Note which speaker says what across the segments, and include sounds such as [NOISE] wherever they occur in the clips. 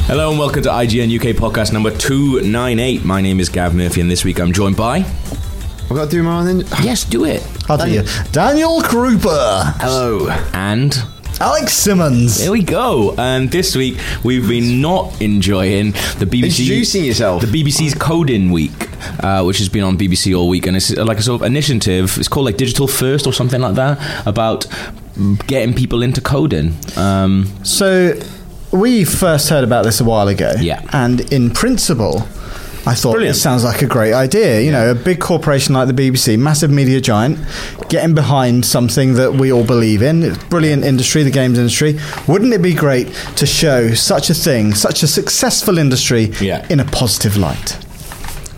Speaker 1: Hello and welcome to IGN UK podcast number 298. My name is Gav Murphy and this week I'm joined by.
Speaker 2: I've got to do mine then.
Speaker 1: Yes, do it.
Speaker 3: How do you? Daniel Krupa,
Speaker 1: Hello. And.
Speaker 3: Alex Simmons.
Speaker 1: There we go. And this week we've been not enjoying the BBC.
Speaker 2: Introducing yourself.
Speaker 1: The BBC's Coding Week, uh, which has been on BBC all week, and it's like a sort of initiative. It's called like Digital First or something like that about getting people into coding. Um,
Speaker 3: So, we first heard about this a while ago.
Speaker 1: Yeah.
Speaker 3: And in principle, I thought
Speaker 1: Brilliant.
Speaker 3: it sounds like a great idea. You know, a big corporation like the BBC, massive media giant, getting behind something that we all believe in. It's a brilliant industry, the games industry. Wouldn't it be great to show such a thing, such a successful industry,
Speaker 1: Yeah.
Speaker 3: in a positive light?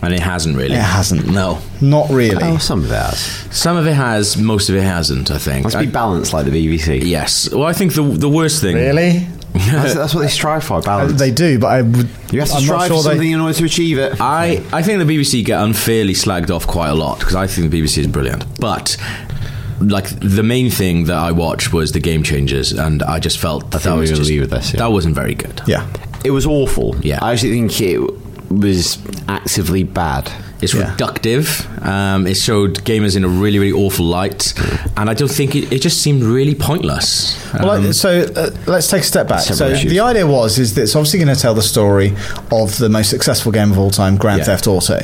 Speaker 1: and it hasn't really.
Speaker 3: It hasn't.
Speaker 1: No.
Speaker 3: Not really.
Speaker 2: Oh, some of that.
Speaker 1: Some of it has, most of it hasn't, I think.
Speaker 2: Must
Speaker 1: I-
Speaker 2: be balanced like the BBC. [LAUGHS]
Speaker 1: yes. Well, I think the, the worst thing.
Speaker 3: Really?
Speaker 2: That's, that's what they strive for, balance.
Speaker 3: They do, but I would.
Speaker 2: you have to
Speaker 3: I'm not
Speaker 2: strive
Speaker 3: sure
Speaker 2: for
Speaker 3: they-
Speaker 2: something in order to achieve it.
Speaker 1: I, I think the BBC get unfairly slagged off quite a lot because I think the BBC is brilliant. But like the main thing that I watched was the Game Changers, and I just felt that,
Speaker 2: think we're
Speaker 1: was
Speaker 2: gonna
Speaker 1: just,
Speaker 2: leave it this, yeah.
Speaker 1: that wasn't very good.
Speaker 3: Yeah.
Speaker 2: It was awful.
Speaker 1: Yeah.
Speaker 2: I actually think it was actively bad.
Speaker 1: It's
Speaker 3: Yeah.
Speaker 1: reductive. Um, it showed gamers in a really really awful light, and I don't think it, it just seemed really pointless.
Speaker 3: Well, I- so uh, let's take a step back. So
Speaker 2: Several issues.
Speaker 3: the idea was is that it's obviously going to tell the story of the most successful game of all time, Grand
Speaker 1: Yeah.
Speaker 3: Theft Auto.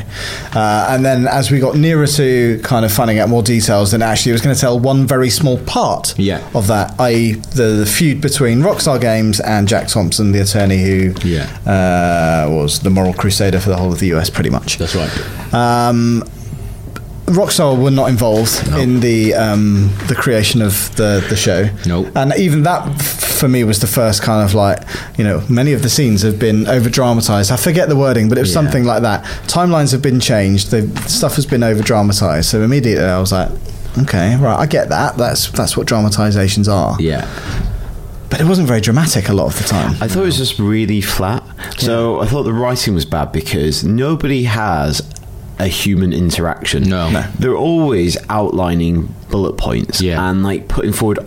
Speaker 3: Uh, and then as we got nearer to kind of finding out more details, then actually it was going to tell one very small part
Speaker 1: Yeah.
Speaker 3: of that, i.e., the, the feud between Rockstar Games and Jack Thompson, the attorney who
Speaker 1: Yeah.
Speaker 3: uh, was the moral crusader for the whole of the US, pretty much.
Speaker 1: That's right.
Speaker 3: Um, Rockstar were not involved in the um, the creation of the the show.
Speaker 1: Nope.
Speaker 3: And even that f- for me was the first kind of like you know many of the scenes have been over dramatized. I forget the wording, but it was
Speaker 1: Yeah.
Speaker 3: something like that. Timelines have been changed. The stuff has been over dramatized. So immediately I was like. Okay, right, I get that. That's that's what dramatizations are.
Speaker 1: Yeah,
Speaker 3: But it wasn't very dramatic a lot of the time.
Speaker 2: I thought it was just really flat. So I thought the writing was bad because nobody has a human interaction.
Speaker 1: No. No.
Speaker 2: They're always outlining bullet points
Speaker 1: Yeah.
Speaker 2: and like putting forward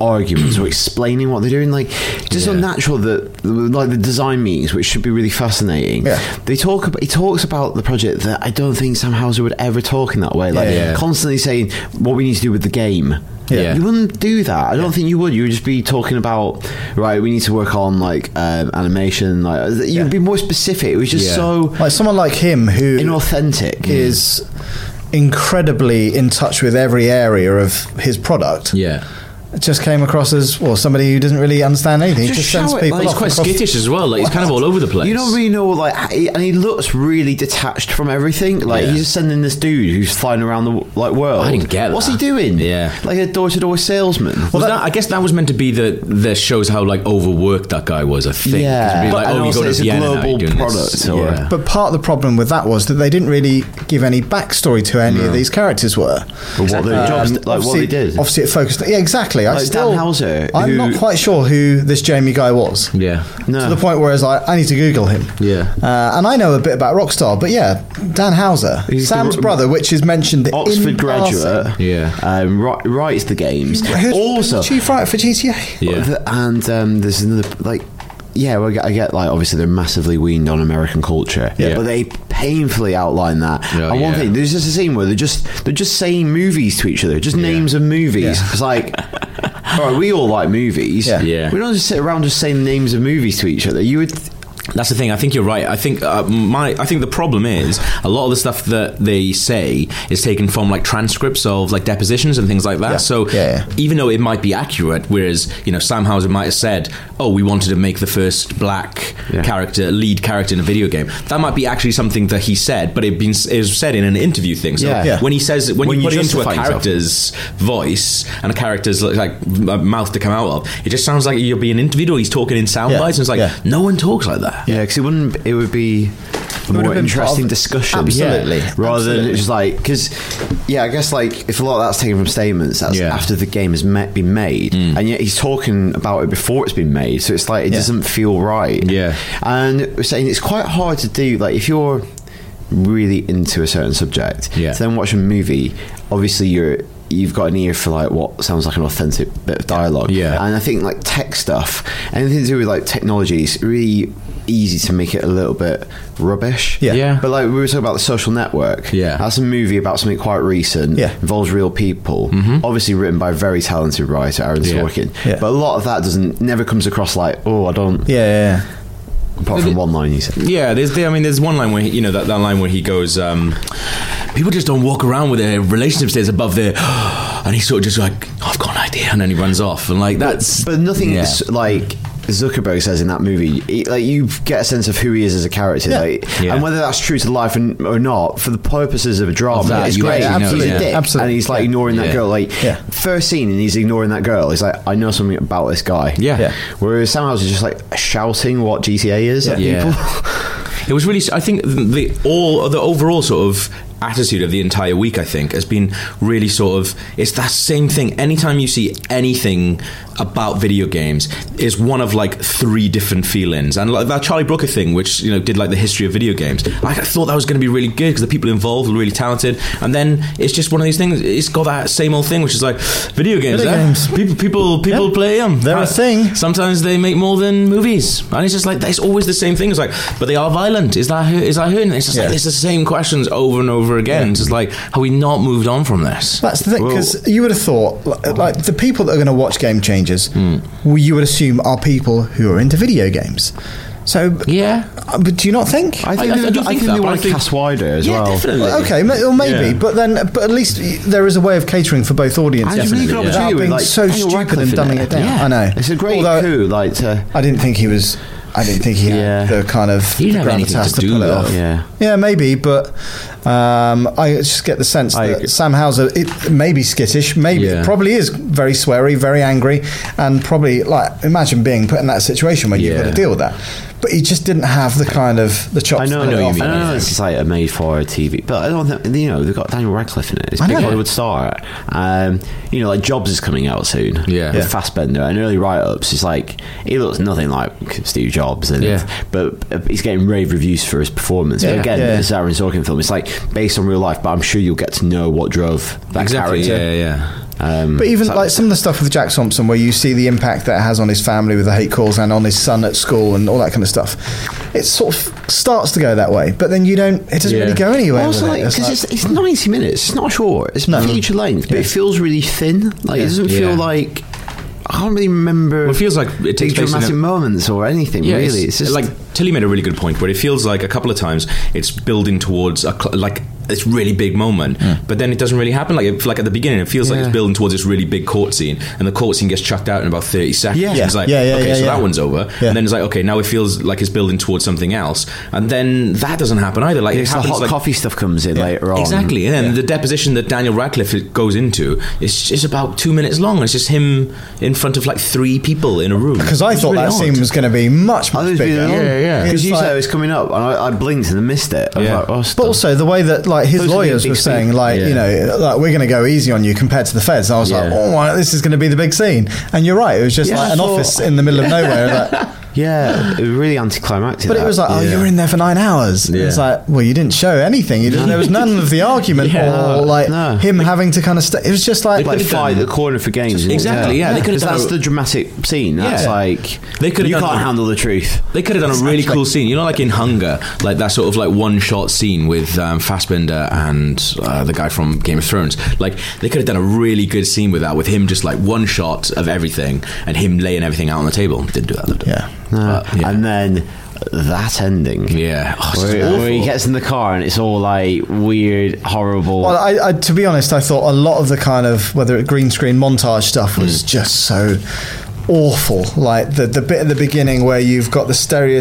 Speaker 1: [CLEARS THROAT]
Speaker 2: arguments or explaining what they're doing. Like just
Speaker 1: Yeah.
Speaker 2: unnatural that like the design meetings, which should be really fascinating.
Speaker 3: Yeah.
Speaker 2: They talk about he talks about the project that I don't think Sam Houser would ever talk in that way. Like
Speaker 1: Yeah.
Speaker 2: constantly saying what we need to do with the game.
Speaker 1: Yeah.
Speaker 2: You wouldn't do that. I don't think you would. You would just be talking about right. We need to work on like um, animation. Like you'd be more specific. It was just
Speaker 1: Yeah.
Speaker 2: so
Speaker 3: Like someone like him who
Speaker 2: inauthentic.
Speaker 3: is incredibly in touch with every area of his product.
Speaker 1: yeah.
Speaker 3: Just came across as well somebody who doesn't really understand anything. He
Speaker 2: Just
Speaker 3: Just, sends
Speaker 2: show it,
Speaker 3: people
Speaker 2: like,
Speaker 1: He's
Speaker 3: off
Speaker 1: quite
Speaker 3: across-
Speaker 1: skittish as well. Like he's kind of all over the place.
Speaker 2: You don't really know what, like, he, and he looks really detached from everything. Like
Speaker 1: Yeah.
Speaker 2: he's just sending this dude who's flying around the like world.
Speaker 1: I didn't get
Speaker 2: what's
Speaker 1: that.
Speaker 2: he doing.
Speaker 1: Yeah.
Speaker 2: like a door-to-door salesman.
Speaker 1: Well, that, I guess that was meant to be the the shows how like overworked that guy was. I think.
Speaker 2: Yeah.
Speaker 1: It'd be
Speaker 2: But-
Speaker 1: like,
Speaker 2: and
Speaker 1: oh, you
Speaker 2: also
Speaker 1: go to
Speaker 2: it's a
Speaker 1: Vienna now,
Speaker 2: global
Speaker 1: you're doing this.
Speaker 2: product, or-
Speaker 1: Yeah.
Speaker 3: But part of the problem with that was that they didn't really give any backstory to any of these characters were.
Speaker 2: But what their jobs- like, what
Speaker 3: obviously-
Speaker 2: they did.
Speaker 3: Obviously, it focused. Yeah, exactly. I
Speaker 2: Like Dan
Speaker 3: still,
Speaker 2: Houser,
Speaker 3: I'm
Speaker 2: who-
Speaker 3: not quite sure who this Jamie guy was.
Speaker 1: yeah.
Speaker 2: No.
Speaker 3: To the point where it's like, I need to Google him.
Speaker 2: uh, Yeah.
Speaker 3: Uh, and I know a bit about Rockstar, but yeah, Dan Houser,
Speaker 2: He's the
Speaker 3: Sam's
Speaker 2: Ro-
Speaker 3: brother, which is mentioned
Speaker 2: Oxford
Speaker 3: in
Speaker 2: graduate,
Speaker 3: passing.
Speaker 1: Yeah.
Speaker 2: um, ri- writes the games.
Speaker 3: Who's
Speaker 2: also,
Speaker 3: chief writer for GTA?
Speaker 1: Yeah.
Speaker 2: Th- and um, there's another like. Yeah, well, I get- I get like obviously they're massively weaned on American culture,
Speaker 1: Yeah.
Speaker 2: but they painfully outline that.
Speaker 1: Oh,
Speaker 2: and one
Speaker 1: yeah.
Speaker 2: thing, there's just a scene where they're just they're just saying movies to each other, just names of movies.
Speaker 3: Yeah.
Speaker 1: [LAUGHS]
Speaker 2: It's like, all right, we all like movies.
Speaker 3: Yeah.
Speaker 1: Yeah.
Speaker 2: we don't just sit around just saying names of movies to each other. You would,
Speaker 1: That's the thing. I think you're right. I think uh, my I think the problem is a lot of the stuff that they say is taken from like transcripts of like depositions and things like that.
Speaker 3: Yeah.
Speaker 1: So
Speaker 3: Yeah, yeah.
Speaker 1: even though it might be accurate, whereas you know Sam Houser might have said, "Oh, we wanted to make the first black
Speaker 2: Yeah.
Speaker 1: character lead character in a video game," that might be actually something that he said, but it been it was said in an interview thing. So
Speaker 2: Yeah. Yeah.
Speaker 1: when he says when,
Speaker 2: When
Speaker 1: you
Speaker 2: you
Speaker 1: put it into a
Speaker 2: justify yourself.
Speaker 1: character's voice and a character's like m- mouth to come out of, it just sounds like you're being interviewed or he's talking in sound
Speaker 3: Yeah.
Speaker 1: bites, and it's like
Speaker 3: Yeah.
Speaker 1: no one talks like that.
Speaker 2: yeah, because it wouldn't. It would be a
Speaker 3: would have
Speaker 2: more
Speaker 3: been part
Speaker 2: interesting
Speaker 3: of-
Speaker 2: discussion,
Speaker 3: Absolutely.
Speaker 2: yeah, rather than
Speaker 3: Absolutely.
Speaker 2: it's just like because yeah, I guess like if a lot of that's taken from statements, that's
Speaker 1: Yeah.
Speaker 2: after the game has met, been made, and yet he's talking about it before it's been made, so it's like it
Speaker 3: Mm. Yeah.
Speaker 2: doesn't feel right.
Speaker 1: Yeah.
Speaker 2: and we're saying it's quite hard to do. Like if you're really into a certain subject,
Speaker 1: Yeah.
Speaker 2: to then watch a movie. Obviously, you're. You've got an ear for like what sounds like an authentic bit of dialogue,
Speaker 1: Yeah.
Speaker 2: And I think like tech stuff, anything to do with like technologies, really easy to make it a little bit rubbish.
Speaker 3: Yeah.
Speaker 1: Yeah.
Speaker 2: But like we were talking about the social network.
Speaker 1: Yeah.
Speaker 2: That's a movie about something quite recent.
Speaker 3: Yeah. Mm-hmm.
Speaker 2: Involves real people. Obviously written by a very talented writer, Aaron
Speaker 1: Yeah.
Speaker 2: Sorkin.
Speaker 3: Yeah.
Speaker 2: But a lot of that doesn't never comes across like, oh I don't
Speaker 3: Yeah, yeah,
Speaker 2: apart from one line you said.
Speaker 1: Yeah, there's there, I mean, there's one line where he, you know that, that line where he goes, um, people just don't walk around with their relationship status above their, [GASPS] and he's sort of just like, I've got an idea, and then he runs off, and like that's
Speaker 2: But nothing
Speaker 1: Yeah.
Speaker 2: s- like Zuckerberg says in that movie, he- like you get a sense of who he is as a character, like,
Speaker 1: Yeah.
Speaker 2: and whether that's true to life and, or not. For the purposes of a drama,
Speaker 1: Of Oh, that,
Speaker 2: it's
Speaker 1: you
Speaker 2: great.
Speaker 1: actually know,
Speaker 2: He's a
Speaker 1: yeah.
Speaker 2: dick,
Speaker 3: Absolutely.
Speaker 2: and he's like
Speaker 3: Yeah.
Speaker 2: ignoring that
Speaker 1: Yeah.
Speaker 2: girl. Like
Speaker 3: Yeah.
Speaker 2: first scene, and he's ignoring that girl. He's like, I know something about this guy.
Speaker 1: Yeah. Yeah.
Speaker 2: Whereas Sam Howes is just like shouting what GTA is at
Speaker 1: Yeah.
Speaker 2: [LAUGHS] people.
Speaker 3: [LAUGHS]
Speaker 1: It was really. I think the all the overall sort of attitude of the entire week, I think, has been really sort of. It's that same thing. Anytime you see anything about video games, is one of like three different feelings. And like that Charlie Brooker thing, which you know did like the history of video games. Like I thought that was going to be really good because the people involved were really talented. And then it's just one of these things. It's got that same old thing, which is like video games.
Speaker 3: Video
Speaker 1: eh?
Speaker 3: games.
Speaker 1: People, people, people
Speaker 3: Yeah.
Speaker 1: play um, them.
Speaker 3: They're a thing.
Speaker 1: Sometimes they make more than movies, and it's just like it's always the same thing. It's like, but they are violent. Is that her? Is that her? And it's just like
Speaker 3: Yeah.
Speaker 1: it's the same questions over and over again. It's just like, have we not moved on from this?
Speaker 3: That's the thing because you would have thought, li- like, the people that are going to watch game changers,
Speaker 2: Hmm.
Speaker 3: well, you would assume are people who are into video games. So,
Speaker 1: Yeah,
Speaker 3: uh, but do you not think?
Speaker 2: I think
Speaker 1: I- I
Speaker 2: they,
Speaker 1: do
Speaker 2: I
Speaker 1: think
Speaker 2: think
Speaker 1: that, but
Speaker 2: they
Speaker 1: I
Speaker 2: want to
Speaker 1: think-
Speaker 2: cast wider as
Speaker 1: yeah,
Speaker 2: well.
Speaker 1: definitely.
Speaker 3: Okay, ma- or maybe,
Speaker 1: Yeah.
Speaker 3: but then, but at least y- there is a way of catering for both audiences.
Speaker 2: And it's a really good
Speaker 1: Definitely, yeah.
Speaker 2: opportunity
Speaker 3: Without
Speaker 2: with,
Speaker 3: being
Speaker 2: like,
Speaker 3: so
Speaker 2: Daniel
Speaker 3: stupid
Speaker 2: Radcliffe
Speaker 3: and
Speaker 2: in
Speaker 3: dumbing it down. I know.
Speaker 2: It's a great
Speaker 3: Although,
Speaker 2: coup, like to
Speaker 3: I didn't think he was. I didn't think he
Speaker 2: Yeah.
Speaker 3: had the kind of
Speaker 1: He didn't have anything
Speaker 3: gravitas
Speaker 1: to do,
Speaker 3: pull it
Speaker 1: though.
Speaker 3: off.
Speaker 2: Yeah.
Speaker 3: Yeah, maybe, but um, I just get the sense
Speaker 2: I
Speaker 3: that
Speaker 2: agree.
Speaker 3: Sam Hauser it may be skittish, maybe
Speaker 1: Yeah.
Speaker 3: probably is very sweary, very angry, and probably like imagine being put in that situation when you've got
Speaker 1: Yeah.
Speaker 3: to deal with that. But he just didn't have the kind of the chops.
Speaker 2: I know,
Speaker 3: to
Speaker 2: I
Speaker 3: pull
Speaker 2: know,
Speaker 3: it
Speaker 2: you
Speaker 3: off.
Speaker 2: mean. I know it's like a made for TV, but I don't think you know they've got Daniel Radcliffe in it. It's a
Speaker 3: I
Speaker 2: big
Speaker 3: know.
Speaker 2: Hollywood star. Um, you know, like Jobs is coming out soon.
Speaker 1: Yeah.
Speaker 2: with
Speaker 1: Yeah.
Speaker 2: Fassbender and early write ups. It's like he looks nothing like Steve Jobs, and
Speaker 1: Yeah.
Speaker 2: but uh, he's getting rave reviews for his performance. But
Speaker 3: Yeah.
Speaker 2: again,
Speaker 3: Yeah.
Speaker 2: this Aaron Sorkin film. It's like based on real life, but I'm sure you'll get to know what drove that
Speaker 1: exactly.
Speaker 2: character.
Speaker 1: Yeah, yeah.
Speaker 2: Um,
Speaker 3: But even
Speaker 2: so-
Speaker 3: like some of the stuff with Jack Thompson, where you see the impact that it has on his family with the hate calls and on his son at school and all that kind of stuff, it sort of starts to go that way. But then you don't. It doesn't
Speaker 1: Yeah.
Speaker 3: really go anywhere.
Speaker 2: Also,
Speaker 3: with
Speaker 2: like,
Speaker 3: it. It's
Speaker 2: because
Speaker 3: like-
Speaker 2: it's, it's 90 minutes, it's not short, it's
Speaker 3: No.
Speaker 2: feature length, but it feels really thin. Like, it doesn't
Speaker 1: Yeah.
Speaker 2: feel like. I can't really remember.
Speaker 1: Well, it feels like it takes
Speaker 2: big
Speaker 1: place in
Speaker 2: dramatic
Speaker 1: a-
Speaker 2: moments or anything, really. It's, just
Speaker 1: like Tilly made a really good point where it feels like a couple of times it's building towards a cl- like this really big moment, but then it doesn't really happen. Like it, like at the beginning, it feels like it's
Speaker 2: Hmm. Yeah.
Speaker 1: building towards this really big court scene, and the court scene gets chucked out in about thirty seconds.
Speaker 2: Yeah.
Speaker 1: it's like
Speaker 3: Yeah, yeah,
Speaker 1: okay,
Speaker 3: yeah,
Speaker 1: so
Speaker 3: yeah.
Speaker 1: that one's over,
Speaker 3: Yeah.
Speaker 1: and then it's like okay, now it feels like it's building towards something else, and then that doesn't happen either. Like it
Speaker 2: it's the
Speaker 1: happens
Speaker 2: hot
Speaker 1: like,
Speaker 2: coffee stuff comes in later on.
Speaker 1: Exactly, and then the deposition that Daniel Radcliffe goes into is just about two minutes long. and It's just him in front of like three people in a room.
Speaker 3: Because I
Speaker 1: It's
Speaker 3: thought
Speaker 1: really
Speaker 3: that
Speaker 1: odd.
Speaker 3: scene was going to be much,
Speaker 2: I thought it
Speaker 3: much
Speaker 2: was
Speaker 3: bigger.
Speaker 2: really long.
Speaker 1: yeah.
Speaker 3: It's
Speaker 2: Because you
Speaker 3: like-
Speaker 2: said it was coming up, and I, I blinked and I missed it. I was
Speaker 1: Yeah.
Speaker 2: like, oh, it's
Speaker 3: But
Speaker 2: done.
Speaker 3: also the way that like his
Speaker 2: Those are the
Speaker 3: lawyers
Speaker 2: big
Speaker 3: were
Speaker 2: scenes.
Speaker 3: saying, like you know, like we're going to go easy on you compared to the feds. I was like,
Speaker 2: Yeah.
Speaker 3: oh, wow, this is going to be the big scene. And you're right, it was just
Speaker 2: Yeah,
Speaker 3: like
Speaker 2: I
Speaker 3: an
Speaker 2: thought-
Speaker 3: office in the middle of nowhere. like-
Speaker 2: yeah, it was really anticlimactic.
Speaker 3: but it
Speaker 2: that.
Speaker 3: was like, oh,
Speaker 1: Yeah.
Speaker 3: you were in there for nine hours. And It's
Speaker 1: Yeah.
Speaker 3: like, well, you didn't show anything. You didn't,
Speaker 2: [LAUGHS]
Speaker 3: there was none of the argument
Speaker 2: Yeah.
Speaker 3: or like
Speaker 2: No.
Speaker 3: him having to kind of stay. It was just like,
Speaker 2: like
Speaker 1: could've
Speaker 2: fight
Speaker 1: done-
Speaker 2: the corner for games. isn't it?
Speaker 1: Exactly, yeah, they could've
Speaker 2: 'Cause
Speaker 1: done
Speaker 2: that's
Speaker 1: a-
Speaker 2: the dramatic scene. That's
Speaker 1: Yeah.
Speaker 2: like
Speaker 1: They could've
Speaker 2: you
Speaker 1: done
Speaker 2: can't
Speaker 1: a-
Speaker 2: handle the truth.
Speaker 1: They could have done a really cool scene, you know, like in Hunger, like that sort of like one shot scene with um, Fassbender and uh, the guy from Game of Thrones. Like they could have done a really good scene with that, with him just like one shot of everything and him laying everything out on the table. Didn't do that. Did
Speaker 3: yeah.
Speaker 2: No.
Speaker 1: But, yeah.
Speaker 2: Uh, And then that ending.
Speaker 1: yeah. Oh, it's
Speaker 2: Where,
Speaker 1: awful.
Speaker 2: where he gets in the car and it's all like weird, horrible.
Speaker 3: Well, I, I, to be honest, I thought a lot of the kind of whether it green screen montage stuff was
Speaker 2: Hmm.
Speaker 3: just so awful. Like the the bit at the beginning where you've got the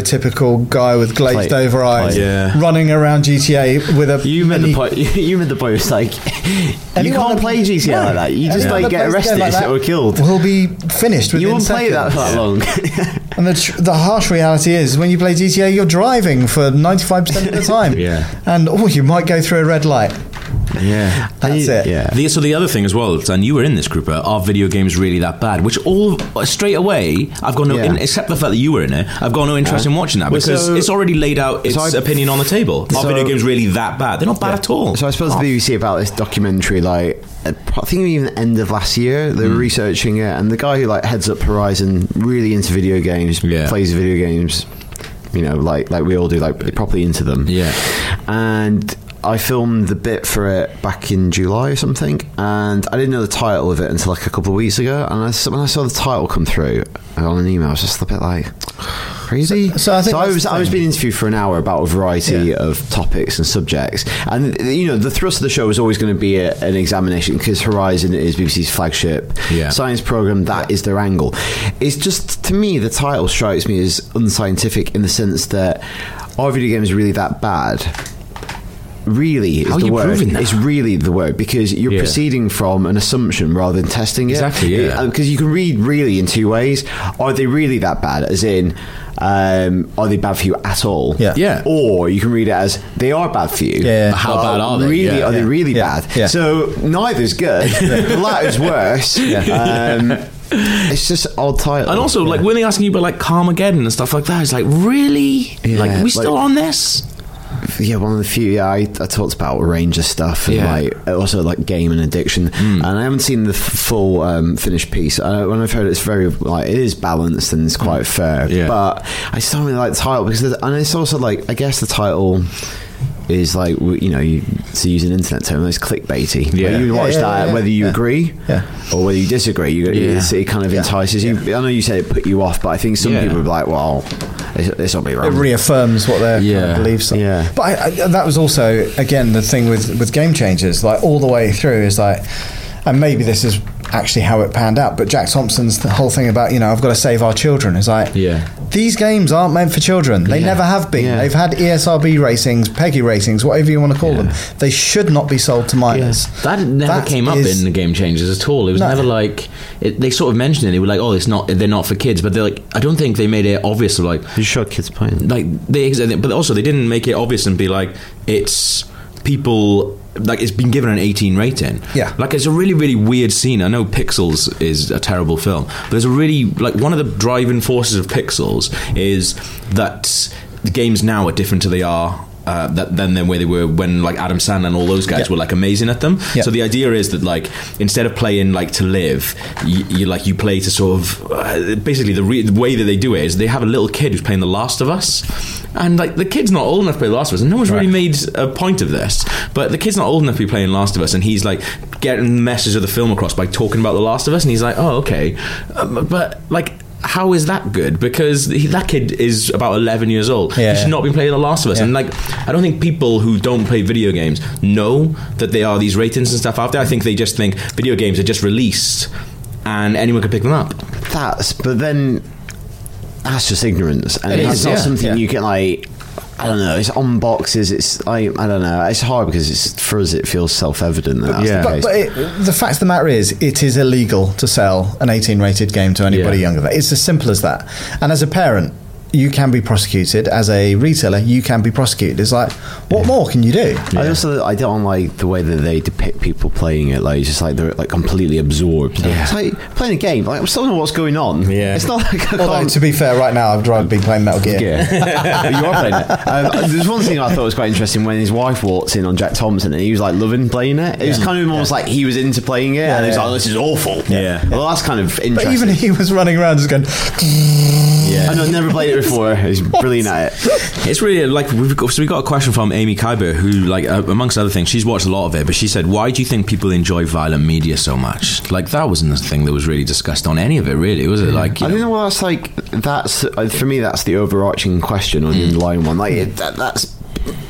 Speaker 3: stereotypical guy with glazed
Speaker 2: Plate.
Speaker 3: over eyes
Speaker 1: Plate. Yeah.
Speaker 3: running around GTA with a
Speaker 2: you made the
Speaker 3: mini-
Speaker 2: point. [LAUGHS] You made the point. It's like [LAUGHS] you
Speaker 3: Anyone
Speaker 2: can't
Speaker 3: that-
Speaker 2: play GTA
Speaker 3: No.
Speaker 2: like that. You just like
Speaker 3: Anyone that
Speaker 2: get
Speaker 3: plays a
Speaker 2: arrested
Speaker 3: game like that
Speaker 2: or killed.
Speaker 3: Will be finished.
Speaker 2: you
Speaker 3: within
Speaker 2: won't play that
Speaker 3: seconds.
Speaker 2: for that long.
Speaker 3: And the, tr- the harsh reality is, when you play GTA, you're driving for 95%
Speaker 1: [LAUGHS]
Speaker 3: of the time.
Speaker 1: Yeah.
Speaker 3: And, oh, you might go through a red light.
Speaker 2: [LAUGHS]
Speaker 1: yeah.
Speaker 3: That's it.
Speaker 2: Yeah.
Speaker 1: The, so the other thing as well, and you were in this group, uh, are video games really that bad? Which all uh, straight away, I've got no,
Speaker 2: Yeah.
Speaker 1: in, except the fact that you were in it, I've got no interest in watching that
Speaker 2: Well,
Speaker 1: because
Speaker 2: so-
Speaker 1: it's already laid out its
Speaker 2: so I-
Speaker 1: opinion on the table. Are
Speaker 2: so-
Speaker 1: video games really that bad? They're not bad at all.
Speaker 2: So I suppose the BBC about this documentary, like I think even the end of last year, they were
Speaker 1: Hmm.
Speaker 2: researching it, and the guy who like heads up Horizon, really into video games,
Speaker 1: Yeah.
Speaker 2: plays video games. you know, like like we all do, like properly into them.
Speaker 1: Yeah.
Speaker 2: and. I filmed the bit for it back in July or something, and I didn't know the title of it until like a couple of weeks ago. And I, s- when I saw the title come through on an email, I was just a bit like, [SIGHS] crazy.
Speaker 3: So- so I think that's
Speaker 2: was
Speaker 3: the
Speaker 2: I was
Speaker 3: thing.
Speaker 2: being interviewed for an hour about a variety
Speaker 3: Yeah.
Speaker 2: of topics and subjects, and you know the thrust of the show is always going to be a, an examination because Horizon is BBC's flagship
Speaker 1: Yeah.
Speaker 2: science program. That is their angle. It's just to me the title strikes me as unscientific in the sense that are video games really that bad? Really is
Speaker 1: How are
Speaker 2: the
Speaker 1: you
Speaker 2: word.
Speaker 1: proving that?
Speaker 2: It's really the word because you're
Speaker 1: Yeah.
Speaker 2: proceeding from an assumption rather than testing it.
Speaker 1: Exactly, yeah.
Speaker 2: It- because you can read really in two ways. Are they really that bad? As in, um, are they bad for you at all?
Speaker 3: Yeah.
Speaker 1: Yeah.
Speaker 2: Or you can read it as they are bad for you.
Speaker 3: Yeah.
Speaker 2: But
Speaker 1: How bad are they?
Speaker 2: Really?
Speaker 1: Yeah.
Speaker 2: Are they
Speaker 1: Yeah.
Speaker 2: really
Speaker 3: Yeah.
Speaker 2: bad?
Speaker 3: Yeah.
Speaker 2: So neither's
Speaker 3: [LAUGHS]
Speaker 2: good. the latter's worse. Um, it's just odd title.
Speaker 1: And also, like, when they asking you about like Carmageddon and stuff like that, it's like, really?
Speaker 2: Yeah,
Speaker 1: like, we
Speaker 2: like-
Speaker 1: still on this?
Speaker 2: yeah, one of the few. Yeah, I, I talked about Ranger stuff and
Speaker 1: Yeah. Hmm.
Speaker 2: like also like game and addiction. And I haven't seen the f- full um, finished piece. I, when I've heard it's very like it is balanced and it's quite fair.
Speaker 1: Hmm. Yeah.
Speaker 2: But I just don't really like the title because there's- and it's also like I guess the title. Is like w- you know you, to use an internet term, it's clickbaity.
Speaker 1: Yeah.
Speaker 2: Whether you
Speaker 3: Yeah,
Speaker 2: watch
Speaker 3: yeah,
Speaker 2: that,
Speaker 3: yeah,
Speaker 2: whether you
Speaker 3: yeah.
Speaker 2: agree
Speaker 3: Yeah.
Speaker 2: or whether you disagree, you, it's, it kind of entices you. I know you said it put you off, but I think some
Speaker 1: Yeah.
Speaker 2: people would be like, "Well, it's, it's not be
Speaker 3: it
Speaker 2: wrong."
Speaker 3: reaffirms what their
Speaker 1: Um, Yeah,
Speaker 3: kind of beliefs are.
Speaker 2: yeah.
Speaker 3: But I, I, that was also again the thing with with game changers, like all the way through is like, and maybe this is actually how it panned out. But Jack Thompson's the whole thing about you know I've got to save our children is like
Speaker 1: Yeah.
Speaker 3: These games aren't meant for children. They never have been.
Speaker 2: Yeah.
Speaker 3: They've had E ESRB racings, Peggy racings, whatever you want to call them. They should not be sold to minors.
Speaker 1: That never
Speaker 3: That
Speaker 1: came up
Speaker 3: is-
Speaker 1: in the game changes at all. It was
Speaker 3: No.
Speaker 1: never like it, they sort of mentioned it. They were like, "Oh, it's not. They're not for kids." But they're like, I don't think they made it obvious. Like,
Speaker 2: You shot kids' point.
Speaker 1: like they, but also they didn't make it obvious and be like, "It's people." Like it's been given an 18 rating.
Speaker 3: Yeah.
Speaker 1: Like it's a really, really weird scene. I know Pixels is a terrible film, but there's a really like one of the driving forces of Pixels is that the games now are different to they are uh, that, than than where they were when like Adam Sandler and all those guys
Speaker 3: Yeah.
Speaker 1: were like amazing at them.
Speaker 3: Yeah.
Speaker 1: So the idea is that like instead of playing like to live, you, you like you play to sort of uh, basically the, re- the way that they do it is they have a little kid who's playing The Last of Us, and like the kid's not old enough to play The Last of Us, and no one's really made a point of this. But the kid's not old enough to be playing Last of Us, and he's like getting the message of the film across by talking about The Last of Us, and he's like, oh okay, um, but like. How is that good? Because he, that kid is about 11 years old.
Speaker 3: Yeah.
Speaker 1: He should not be playing The Last of Us. And like, I don't think people who don't play video games know that they are these ratings and stuff out there. I think they just think video games are just released and anyone can pick them up.
Speaker 2: That's but then that's just ignorance, and
Speaker 3: It
Speaker 2: it's
Speaker 3: is,
Speaker 2: not
Speaker 3: yeah,
Speaker 2: something
Speaker 3: yeah.
Speaker 2: you can like. I don't know. It's on boxes. It's like I don't know. It's hard because it's for us. It feels self-evident that that's
Speaker 1: Yeah.
Speaker 2: the
Speaker 3: But,
Speaker 2: case.
Speaker 3: but it, the fact of the matter is, it is illegal to sell an 18 rated game to anybody
Speaker 1: Yeah.
Speaker 3: younger than that. It's as simple as that. And as a parent, you can be prosecuted. As a retailer, you can be prosecuted. It's like, what more can you do?
Speaker 2: I also I don't like the way that they depict people playing it. Like it's just like they're like completely absorbed. It's like playing a game. Like I still don't know what's going on.
Speaker 1: Yeah.
Speaker 2: It's not like I
Speaker 3: [LAUGHS] Although,
Speaker 2: can't-
Speaker 3: to be fair, right now, I'd rather be playing Metal Gear.
Speaker 2: Yeah. you are playing it. [LAUGHS] Um, there's one thing I thought was quite interesting when his wife walked in on Jack Thompson and he was like loving playing it. It was kind of almost like he was into playing it and he was
Speaker 3: yeah.
Speaker 2: like, "Oh, this is awful.
Speaker 1: Yeah.
Speaker 2: Well, that's kind of
Speaker 3: But
Speaker 2: interesting.
Speaker 3: even he was running around just going,
Speaker 2: yeah. I know, I've never played it before. He's brilliant at it.
Speaker 1: It's really like we've got, so we got a question from Amy Kyber who like uh, amongst other things she's watched a lot of it but she said why do you think people enjoy violent media so much like that wasn't the thing that was really discussed on any of it really was it like you
Speaker 2: I
Speaker 1: know-
Speaker 2: don't know why that's like, that's, uh, for me, that's the overarching question or the
Speaker 1: Mm.
Speaker 2: underlying one. Like, it, that, that's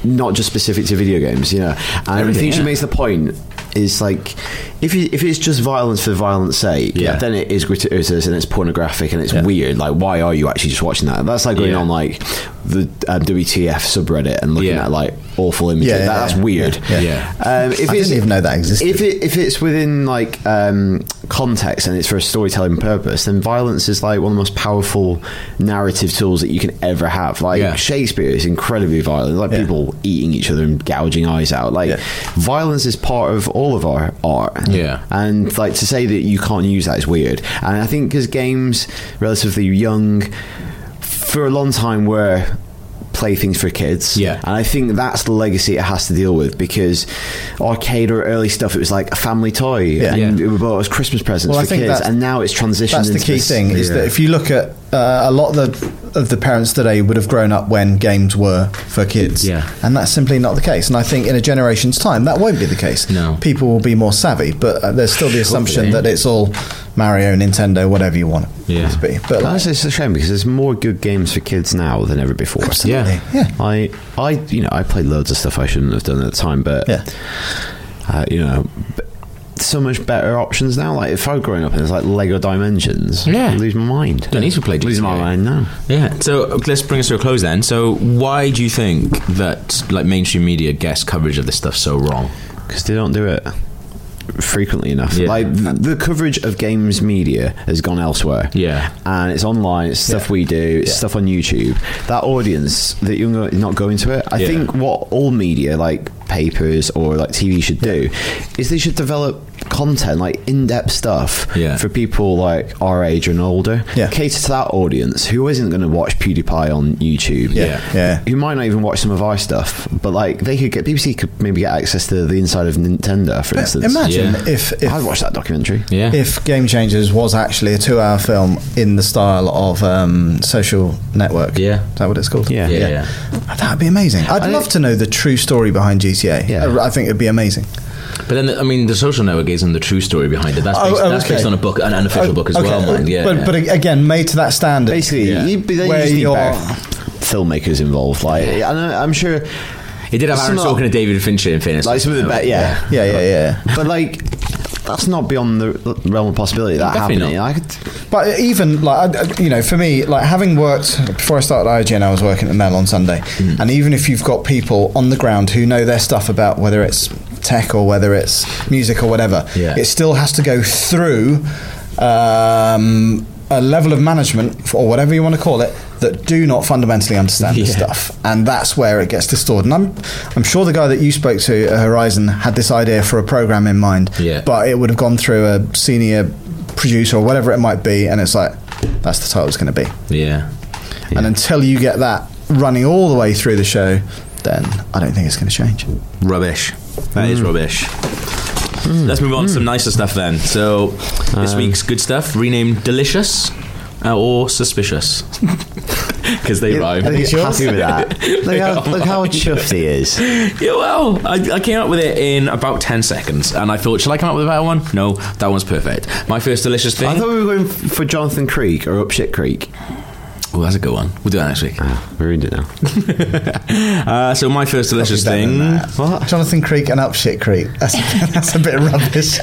Speaker 2: not just specific to video games, you know. And I
Speaker 1: Everything,
Speaker 2: think she
Speaker 1: yeah.
Speaker 2: makes the point is like, if you, if it's just violence for violence sake,
Speaker 1: Yeah.
Speaker 2: then it is gratuitous and it's pornographic and it's weird. Like, why are you actually just watching that? That's like going
Speaker 1: Yeah.
Speaker 2: on like the um, WTF subreddit and looking
Speaker 1: Yeah.
Speaker 2: at like awful images.
Speaker 3: Yeah, yeah,
Speaker 2: that, that's
Speaker 3: yeah.
Speaker 2: weird.
Speaker 3: Yeah.
Speaker 1: Yeah.
Speaker 2: Um, if
Speaker 3: I
Speaker 2: it's-
Speaker 3: didn't even know that existed.
Speaker 2: If it, if it's within like um, context and it's for a storytelling purpose, then violence is like one of the most powerful narrative tools that you can ever have. Like
Speaker 1: Yeah.
Speaker 2: Shakespeare is incredibly violent. Like
Speaker 3: Yeah.
Speaker 2: people eating each other and gouging eyes out. Like
Speaker 3: Yeah.
Speaker 2: violence is part of all of our art.
Speaker 1: Yeah.
Speaker 2: and like to say that you can't use that is weird. And I think because games relatively young for a long time were playthings for kids.
Speaker 1: Yeah.
Speaker 2: And I think that's the legacy it has to deal with because arcade or early stuff, it was like a family toy. And
Speaker 1: Yeah.
Speaker 2: it was bought as Christmas presents
Speaker 3: Well, I
Speaker 2: for
Speaker 3: think
Speaker 2: kids.
Speaker 3: that's-
Speaker 2: And now it's transitioned
Speaker 3: That's the
Speaker 2: into
Speaker 3: key
Speaker 2: this-
Speaker 3: thing is that if you look at uh, a lot of the of the parents today would have grown up when games were for kids,
Speaker 1: Yeah.
Speaker 3: and that's simply not the case. And I think in a generation's time that won't be the case.
Speaker 1: No.
Speaker 3: people will be more savvy, but uh, there's still the assumption that it's all Mario, Nintendo, whatever you want it
Speaker 1: Yeah.
Speaker 3: to be. But like,
Speaker 2: That's it's a shame because there's more good games for kids now than ever before.
Speaker 1: Yeah.
Speaker 3: yeah,
Speaker 2: I, I, you know, I played loads of stuff I shouldn't have done at the time, but
Speaker 3: Yeah.
Speaker 2: uh, you know, b- so much better options now. Like if I was growing up and it's like Lego Dimensions,
Speaker 1: Yeah.
Speaker 2: I'd lose my mind.
Speaker 1: Don't need to play
Speaker 2: lose my
Speaker 1: GTA.
Speaker 2: mind now.
Speaker 1: Yeah. So uh, let's bring us to a close then. So why do you think that like mainstream media gets coverage of this stuff so wrong?
Speaker 2: because they don't do it frequently enough.
Speaker 1: Yeah.
Speaker 2: Like th- the coverage of games media has gone elsewhere.
Speaker 1: Yeah.
Speaker 2: and it's online. It's stuff we do. It's stuff on YouTube. That audience that you're not- not going to it. I
Speaker 1: Yeah.
Speaker 2: think what all media like papers or like TV should do is they should develop content like in-depth stuff
Speaker 1: Yeah.
Speaker 2: for people like our age and older
Speaker 3: Yeah.
Speaker 2: cater to that audience who isn't going to watch pewdiepie on youtube
Speaker 1: Yeah.
Speaker 3: Yeah.
Speaker 2: who might not even watch some of our stuff, but like they could get BBC could maybe get access to the inside of Nintendo, for instance.
Speaker 3: imagine
Speaker 1: Yeah.
Speaker 3: if if
Speaker 2: I'd watch that documentary.
Speaker 1: Yeah.
Speaker 3: if Game Changers was actually a two-hour film in the style of um, Social Network.
Speaker 1: Yeah.
Speaker 3: is that what it's called?
Speaker 2: Yeah.
Speaker 1: yeah. Yeah. yeah.
Speaker 3: Oh, That'd be amazing. I'd
Speaker 2: I-
Speaker 3: love to know the true story behind GTA.
Speaker 2: Yeah.
Speaker 3: I, I think it'd be amazing.
Speaker 1: But then, I mean, the social network isn't the true story behind it. That's
Speaker 3: Oh,
Speaker 1: based,
Speaker 3: oh,
Speaker 1: that's
Speaker 3: okay.
Speaker 1: based on a book, an unofficial
Speaker 3: Oh,
Speaker 1: book as
Speaker 3: okay.
Speaker 1: well, mind. Yeah.
Speaker 3: but,
Speaker 1: yeah.
Speaker 3: but again, made to that standard.
Speaker 2: Basically,
Speaker 1: Yeah.
Speaker 2: you, but then
Speaker 3: Where
Speaker 2: you just need
Speaker 3: you're-
Speaker 2: better filmmakers involved. Like, and I, I'm sure,
Speaker 1: it did have Aaron
Speaker 2: Some of-
Speaker 1: Sorkin and David Fincher in fairness.
Speaker 2: like some of the better, yeah,
Speaker 3: yeah, yeah, yeah.
Speaker 2: but like. That's not beyond the realm of possibility. That
Speaker 1: Definitely
Speaker 2: happening,
Speaker 1: not.
Speaker 2: I could,
Speaker 3: But even like I- you know, for me, like having worked before I started IGN, I was working at Mel on Sunday,
Speaker 1: Mm.
Speaker 3: and even if you've got people on the ground who know their stuff about whether it's tech or whether it's music or whatever,
Speaker 1: Yeah.
Speaker 3: it still has to go through um, a level of management or whatever you want to call it that do not fundamentally understand this
Speaker 1: Yeah.
Speaker 3: stuff, and that's where it gets distorted. And I'm I'm sure the guy that you spoke to at Horizon had this idea for a program in mind,
Speaker 1: Yeah.
Speaker 3: but but it would have gone through a senior producer or whatever it might be, and it's like that's the title it's going to be.
Speaker 1: yeah.
Speaker 3: And until you get that running all the way through the show, then I don't think it's going to change.
Speaker 1: Rubbish. That is rubbish. Let's move on to some nicer stuff then. So this week's good stuff renamed delicious uh, or suspicious [LAUGHS] because they rhyme.
Speaker 2: I'd be
Speaker 3: it's yours.
Speaker 2: happy with [LAUGHS] that. Look how, look how chuffed he [LAUGHS] is.
Speaker 1: [LAUGHS] Yeah, well, I, I came up with it in about 10 seconds and I thought, shall I come up with a better one? No, that one's perfect. My first delicious thing.
Speaker 2: I thought we were going f- for Jonathan Creek or Up Shit Creek.
Speaker 1: oh, that's a good one. We'll do that next week.
Speaker 2: Ah, we ruined it now.
Speaker 1: Uh, so, my first delicious thing.
Speaker 2: What?
Speaker 3: Jonathan Creek and Upshit Creek. That's, [LAUGHS] that's a bit rubbish.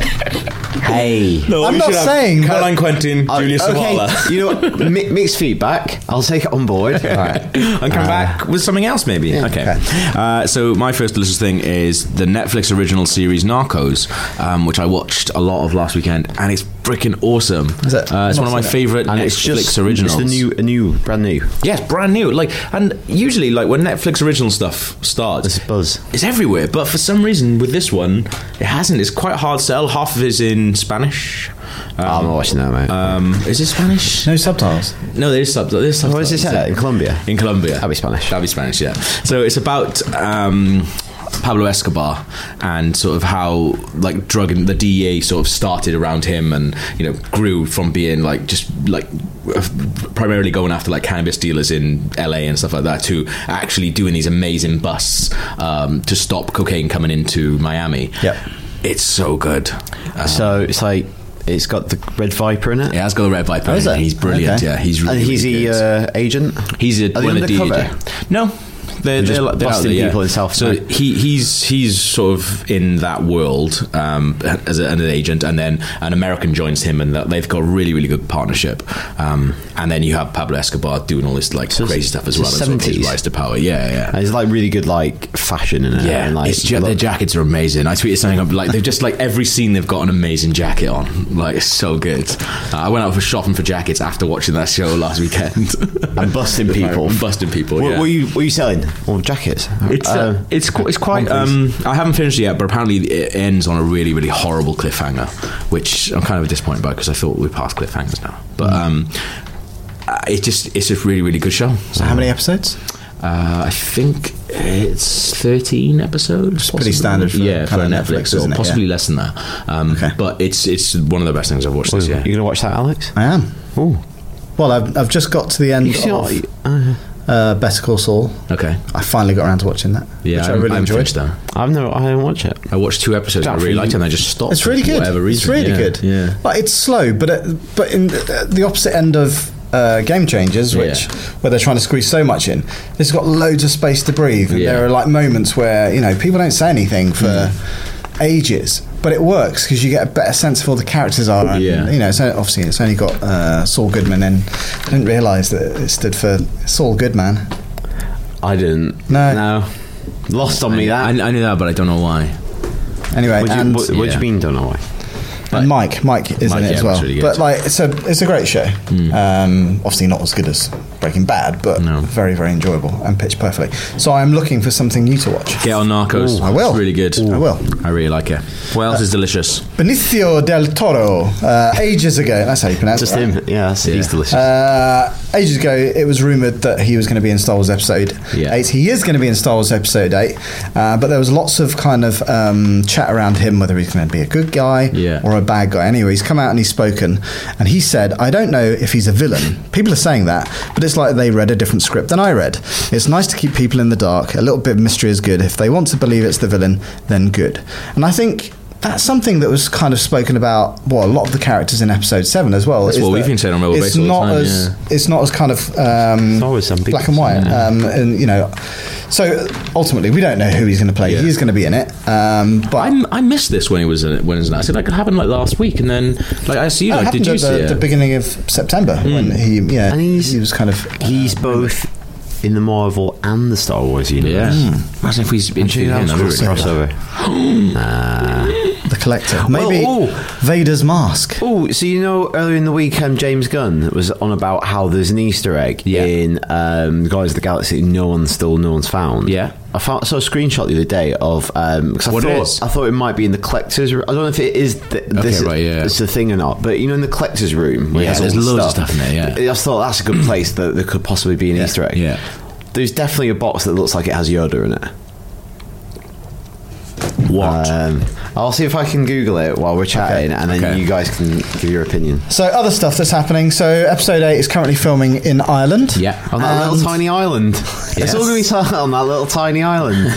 Speaker 2: [LAUGHS] Hey. Oh,
Speaker 1: No,
Speaker 3: I'm
Speaker 1: we
Speaker 3: not
Speaker 1: should have Oh,
Speaker 3: saying, but-
Speaker 1: Caroline Quentin, Julia Savala.
Speaker 2: you know, [LAUGHS] what? mi- mixed feedback. I'll take it on board. All right.
Speaker 1: [LAUGHS] and
Speaker 3: Uh,
Speaker 1: come back with something else, maybe. okay. Uh, so my first delicious thing is the Netflix original series Narcos, um, which I watched a lot of last weekend, and it's freaking awesome.
Speaker 3: Is it?
Speaker 1: Uh, it's one of my
Speaker 3: Not seen it.
Speaker 1: favorite
Speaker 2: And
Speaker 1: Netflix
Speaker 2: it's just
Speaker 1: originals.
Speaker 2: It's the new, a new, brand new.
Speaker 1: Yes, brand new. Like, and usually, like when Netflix original stuff starts,
Speaker 2: It's buzz.
Speaker 1: it's everywhere. But for some reason, with this one, it hasn't. It's quite a hard sell. Half of it is in Spanish.
Speaker 2: I'm not watching that, mate.
Speaker 1: Um, is it Spanish?
Speaker 3: No subtitles.
Speaker 1: No, there is subtitles. There's
Speaker 2: Where
Speaker 1: subtitles.
Speaker 2: is this at? uh, In Colombia.
Speaker 1: in Colombia.
Speaker 2: That'd be Spanish.
Speaker 1: That'd be Spanish, yeah. So it's about um, Pablo Escobar and sort of how like drug and the DEA sort of started around him and you know grew from being like just like primarily going after like cannabis dealers in LA and stuff like that to actually doing these amazing busts um, to stop cocaine coming into Miami.
Speaker 3: Yep.
Speaker 1: It's so good. Uh,
Speaker 2: So it's like it's got the red viper in it,
Speaker 1: it has got the red viper.
Speaker 3: Oh, is
Speaker 1: in it.
Speaker 3: it?
Speaker 1: He's brilliant.
Speaker 3: Okay.
Speaker 1: Yeah, he's really
Speaker 2: and he's
Speaker 1: really
Speaker 2: the
Speaker 1: good.
Speaker 2: uh, agent.
Speaker 1: He's a,
Speaker 2: Are they
Speaker 1: one of the
Speaker 2: undercover?
Speaker 1: DJ. No, they're,
Speaker 2: just
Speaker 1: they're, like- they're out
Speaker 2: busting
Speaker 1: there, yeah.
Speaker 2: people in South
Speaker 1: So
Speaker 2: Bank.
Speaker 1: he, he's he's sort of in that world um, as a, an agent, and then an American joins him, and that- they've got a really really good partnership. Um, and then you have Pablo Escobar doing all this like
Speaker 2: it's-
Speaker 1: crazy stuff as
Speaker 2: it's
Speaker 1: well, and sort of his
Speaker 2: 70s.
Speaker 1: rise to power. Yeah, yeah.
Speaker 2: And it's like really good, like fashion in it.
Speaker 1: Yeah,
Speaker 2: and like
Speaker 1: it's ju-
Speaker 2: a lot-
Speaker 1: their jackets are amazing. I tweeted something up like they've just like every scene they've got an amazing jacket on. Like it's so good. Uh, I went out for shopping for jackets after watching that show last weekend.
Speaker 2: and
Speaker 1: [LAUGHS]
Speaker 2: busting [LAUGHS] people.
Speaker 1: I'm busting people.
Speaker 2: What,
Speaker 1: yeah.
Speaker 2: what, are you, what are you selling? Well, jackets.
Speaker 1: It's uh,
Speaker 2: Uh,
Speaker 1: it's qu- it's quite.
Speaker 2: one
Speaker 1: Um, I haven't finished it yet, but apparently it ends on a really really horrible cliffhanger, which I'm kind of disappointed by because I thought we passed
Speaker 3: Mm.
Speaker 1: cliffhangers now. But um, uh, it just it's a really really good show.
Speaker 3: So how many episodes?
Speaker 1: Uh, I think it's 13 episodes. It's
Speaker 3: pretty standard for
Speaker 1: yeah, for
Speaker 3: kind of
Speaker 1: Netflix,
Speaker 3: Netflix, isn't
Speaker 1: or
Speaker 3: it?
Speaker 1: possibly less than that. Um,
Speaker 3: Okay.
Speaker 1: But it's it's one of the best things I've watched this
Speaker 2: You're
Speaker 1: year.
Speaker 2: going to watch that, Alex?
Speaker 3: I am.
Speaker 2: Ooh.
Speaker 3: Well, I've, I've just got to the end
Speaker 2: You see
Speaker 3: of
Speaker 2: what-
Speaker 1: Oh,
Speaker 2: uh,
Speaker 3: uh, Better Call Saul.
Speaker 1: Okay.
Speaker 3: I finally got around to watching that,
Speaker 1: Yeah,
Speaker 3: which I
Speaker 1: I'm-
Speaker 3: really
Speaker 1: I'm
Speaker 3: enjoyed.
Speaker 1: finished now.
Speaker 2: I've never, I didn't watch it.
Speaker 1: I watched two episodes. I
Speaker 2: Jack,
Speaker 1: really
Speaker 2: you-
Speaker 1: liked it, and I just stopped.
Speaker 3: It's really
Speaker 1: for
Speaker 3: good.
Speaker 1: Whatever
Speaker 3: It's
Speaker 1: reason.
Speaker 3: really
Speaker 1: yeah,
Speaker 3: good.
Speaker 1: Yeah.
Speaker 3: But it's slow. But uh, but in the, the opposite end of uh, Game Changers, which
Speaker 1: Yeah.
Speaker 3: where they're trying to squeeze so much in, it's got loads of space to breathe. And
Speaker 1: Yeah.
Speaker 3: there are like moments where you know people don't say anything for
Speaker 1: Mm.
Speaker 3: ages, but it works because you get a better sense of all the characters are. And,
Speaker 1: Yeah.
Speaker 3: You know, so obviously it's only got uh, Saul Goodman, and I didn't realise that it stood for Saul Goodman.
Speaker 2: I didn't.
Speaker 3: No.
Speaker 2: No. Lost on me
Speaker 1: I,
Speaker 2: that.
Speaker 1: I knew that, but I don't know why.
Speaker 3: Anyway,
Speaker 2: What do you,
Speaker 3: and
Speaker 2: what, what do
Speaker 1: yeah.
Speaker 2: you mean, don't know why?
Speaker 3: And Mike, Mike is
Speaker 1: Mike,
Speaker 3: in it
Speaker 1: yeah,
Speaker 3: as well.
Speaker 1: it's really good. Hmm.
Speaker 3: but like, it's a it's a great show. Um, obviously not as good as Breaking Bad, but
Speaker 1: No.
Speaker 3: very very enjoyable and pitched perfectly. So I am looking for something new to watch.
Speaker 1: Get on Narcos.
Speaker 3: I will.
Speaker 1: It's really good.
Speaker 3: Ooh. I will.
Speaker 1: I really like it. Wales is delicious.
Speaker 3: Benicio del Toro. Uh, ages ago, that's how you pronounce
Speaker 2: Just
Speaker 3: it. right?
Speaker 2: him. Yeah, that's, he's delicious.
Speaker 3: Uh, ages ago, it was rumored that he was going to be in Star Wars Episode
Speaker 1: Yeah.
Speaker 3: Eight. He is going to be in Star Wars Episode Eight, uh, but there was lots of kind of um, chat around him whether he's going to be a good guy
Speaker 1: Yeah.
Speaker 3: or a bad guy. Anyway, he's come out and he's spoken, and he said, "I don't know if he's a villain. People are saying that, but it's like they read a different script than I read. It's nice to keep people in the dark. A little bit of mystery is good. If they want to believe it's the villain, then good. And I think." That's something that was kind of spoken about. Well, a lot of the characters in episode seven as well.
Speaker 1: That's
Speaker 3: is
Speaker 1: what we've
Speaker 3: that
Speaker 1: been saying on Rebel
Speaker 3: It's
Speaker 1: Base all the
Speaker 3: not
Speaker 1: time,
Speaker 3: as
Speaker 1: yeah.
Speaker 3: it's not as kind of um,
Speaker 2: always some big-
Speaker 3: black and white, um, and you know, so ultimately we don't know who he's going to play.
Speaker 1: Yeah.
Speaker 3: He's going to be in it, um, but
Speaker 1: I, I missed this when it was in it, when it was announced. It like it happened like last week, and then like I see you.
Speaker 3: that
Speaker 1: Like,
Speaker 3: Oh, happened
Speaker 1: did you
Speaker 3: at
Speaker 1: see
Speaker 3: the,
Speaker 1: it? Hmm.
Speaker 3: the beginning of September when he yeah
Speaker 2: And he's-
Speaker 3: he was kind of uh,
Speaker 2: he's both in the Marvel and the Star Wars
Speaker 1: yeah.
Speaker 2: universe.
Speaker 3: Mm.
Speaker 1: Imagine if we have been
Speaker 2: Gee, Hmm. that was
Speaker 1: that'd be
Speaker 2: cross-
Speaker 1: really cool.
Speaker 2: crossover.
Speaker 3: the collector. Maybe
Speaker 2: Well, ooh.
Speaker 1: oh.
Speaker 3: Vader's mask.
Speaker 2: Oh, so you know earlier in the week, um, James Gunn was on about how there's an Easter egg
Speaker 1: Yeah.
Speaker 2: in um, Guardians of the Galaxy. No one's still, no one's found.
Speaker 1: Yeah.
Speaker 2: I found saw a screenshot the other day of um, 'cause I
Speaker 1: What it
Speaker 2: thought
Speaker 1: is?
Speaker 2: I thought it might be in the collectors. room. I don't know if it is th- this
Speaker 1: right, yeah.
Speaker 2: it's a thing or not, but you know in the collectors room, where
Speaker 1: Yeah,
Speaker 2: it has
Speaker 1: there's
Speaker 2: all the
Speaker 1: loads of
Speaker 2: stuff,
Speaker 1: stuff in there,
Speaker 2: I just thought that's a good place that there could possibly be an Easter egg.
Speaker 1: yeah.
Speaker 2: There's definitely a box that looks like it has Yoda in it.
Speaker 1: What?
Speaker 2: Um, I'll see if I can Google it while we're chatting, and then
Speaker 1: Okay.
Speaker 2: you guys can give your opinion.
Speaker 3: So other stuff that's happening. So episode eight is currently filming in Ireland.
Speaker 1: yeah. Oh,
Speaker 2: On that little tiny island.
Speaker 1: Yes.
Speaker 2: It's all going to be ti- on that little tiny island.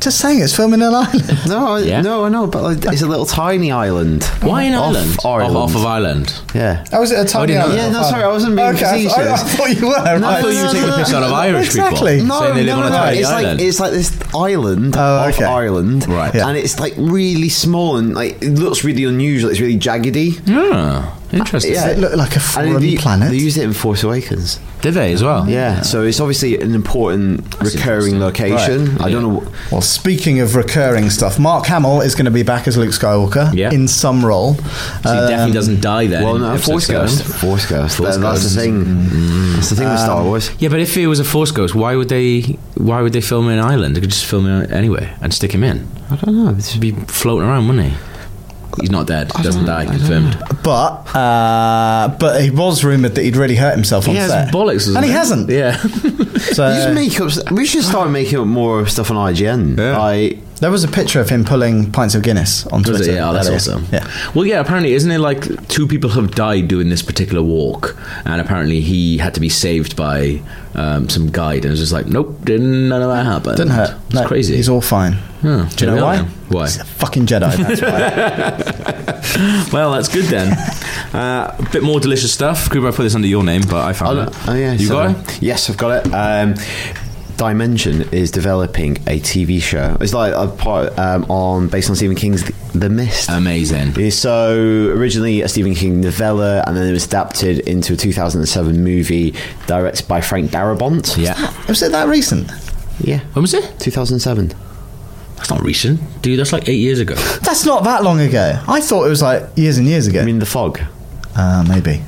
Speaker 3: Just saying, it's filming in Ireland. [LAUGHS]
Speaker 2: No, I,
Speaker 1: Yeah.
Speaker 2: no, I know, but like, it's a little tiny island.
Speaker 1: Why in
Speaker 2: uh, Off
Speaker 1: Ireland?
Speaker 2: Ireland.
Speaker 1: Off, off of Ireland.
Speaker 2: yeah.
Speaker 3: Oh, is it a tiny
Speaker 1: didn't know
Speaker 3: island?
Speaker 1: that.
Speaker 2: Yeah, no, sorry, I wasn't being
Speaker 3: okay, I, thought- I, I
Speaker 2: facetious.
Speaker 3: thought you were.
Speaker 1: I thought you were
Speaker 2: no,
Speaker 1: taking
Speaker 2: no,
Speaker 1: a piss out of
Speaker 2: no,
Speaker 1: Irish
Speaker 3: exactly.
Speaker 1: people,
Speaker 3: No,
Speaker 1: saying they live on a tiny
Speaker 2: it's
Speaker 1: island.
Speaker 2: Like, it's like this island
Speaker 3: Oh,
Speaker 2: off
Speaker 3: okay.
Speaker 2: Ireland,
Speaker 1: Right.
Speaker 3: Yeah.
Speaker 2: And it's like really small and like it looks really unusual. It's really jaggedy.
Speaker 1: Ah, interesting.
Speaker 3: Does it look like a
Speaker 2: And
Speaker 3: foreign
Speaker 2: they,
Speaker 3: planet?
Speaker 2: They used it in Force Awakens.
Speaker 1: Did they as well?
Speaker 2: Yeah, so it's obviously an important recurring location. I don't know.
Speaker 3: Well, speaking of recurring stuff, Mark Hamill is going to be back as Luke Skywalker
Speaker 1: Yeah.
Speaker 3: in some role.
Speaker 1: So he
Speaker 3: Um,
Speaker 1: definitely doesn't die then.
Speaker 2: Well,
Speaker 1: in
Speaker 2: no,
Speaker 1: episode
Speaker 2: Force Ghost.
Speaker 1: seven.
Speaker 2: Force Ghost.
Speaker 1: Force
Speaker 2: That- that's
Speaker 1: Ghost.
Speaker 2: the thing. That's the thing with Star Wars.
Speaker 1: Yeah, but if it was a Force Ghost, why would they? Why would they film in Ireland? They could just film it anyway and stick him in.
Speaker 2: I don't know. It's,
Speaker 1: He'd be floating around, wouldn't he? He's not dead. Doesn't die. Confirmed.
Speaker 3: But uh, but he was rumored that he'd really hurt himself on
Speaker 1: He has
Speaker 3: set.
Speaker 1: bollocks, doesn't
Speaker 3: and he
Speaker 1: he? [LAUGHS]
Speaker 3: hasn't.
Speaker 1: Yeah.
Speaker 3: So
Speaker 2: you just make up, s- we should start making up more stuff on IGN.
Speaker 1: Yeah.
Speaker 2: I,
Speaker 3: there was a picture of him pulling pints of Guinness on
Speaker 1: Was
Speaker 3: Twitter.
Speaker 1: it? Yeah, oh, that's
Speaker 3: earlier.
Speaker 1: awesome.
Speaker 3: Yeah.
Speaker 1: Well, yeah. Apparently, isn't it like two people have died doing this particular walk, and apparently he had to be saved by um, some guide, and it was just like, nope, didn't, none of that happened.
Speaker 3: Didn't hurt.
Speaker 1: It's
Speaker 3: No,
Speaker 1: crazy.
Speaker 3: He's all fine.
Speaker 1: Huh.
Speaker 3: Do you know
Speaker 1: Yeah,
Speaker 3: why?
Speaker 1: yeah. Why?
Speaker 3: He's a fucking Jedi. That's
Speaker 1: [LAUGHS]
Speaker 3: why.
Speaker 1: [LAUGHS] Well, that's good
Speaker 3: [LAUGHS]
Speaker 1: then. uh, a bit more delicious stuff. Cooper, I put this under your name, but I found it.
Speaker 2: oh yeah,
Speaker 1: you
Speaker 2: so-
Speaker 1: got it.
Speaker 2: Yes, I've got it. Um, Dimension is developing a TV show. It's like a part um, on based on Stephen King's The, the Mist.
Speaker 1: Um, Amazing.
Speaker 2: Yeah, So originally a Stephen King novella, and then it was adapted into a 2007 movie directed by Frank Darabont.
Speaker 1: Yeah.
Speaker 3: was it that recent?
Speaker 2: yeah,
Speaker 1: When was it?
Speaker 2: 2007.
Speaker 1: That's not recent, dude. That's like eight years ago.
Speaker 3: That's not that long ago. I thought it was like years and years ago.
Speaker 2: I mean, The Fog.
Speaker 3: uh, maybe.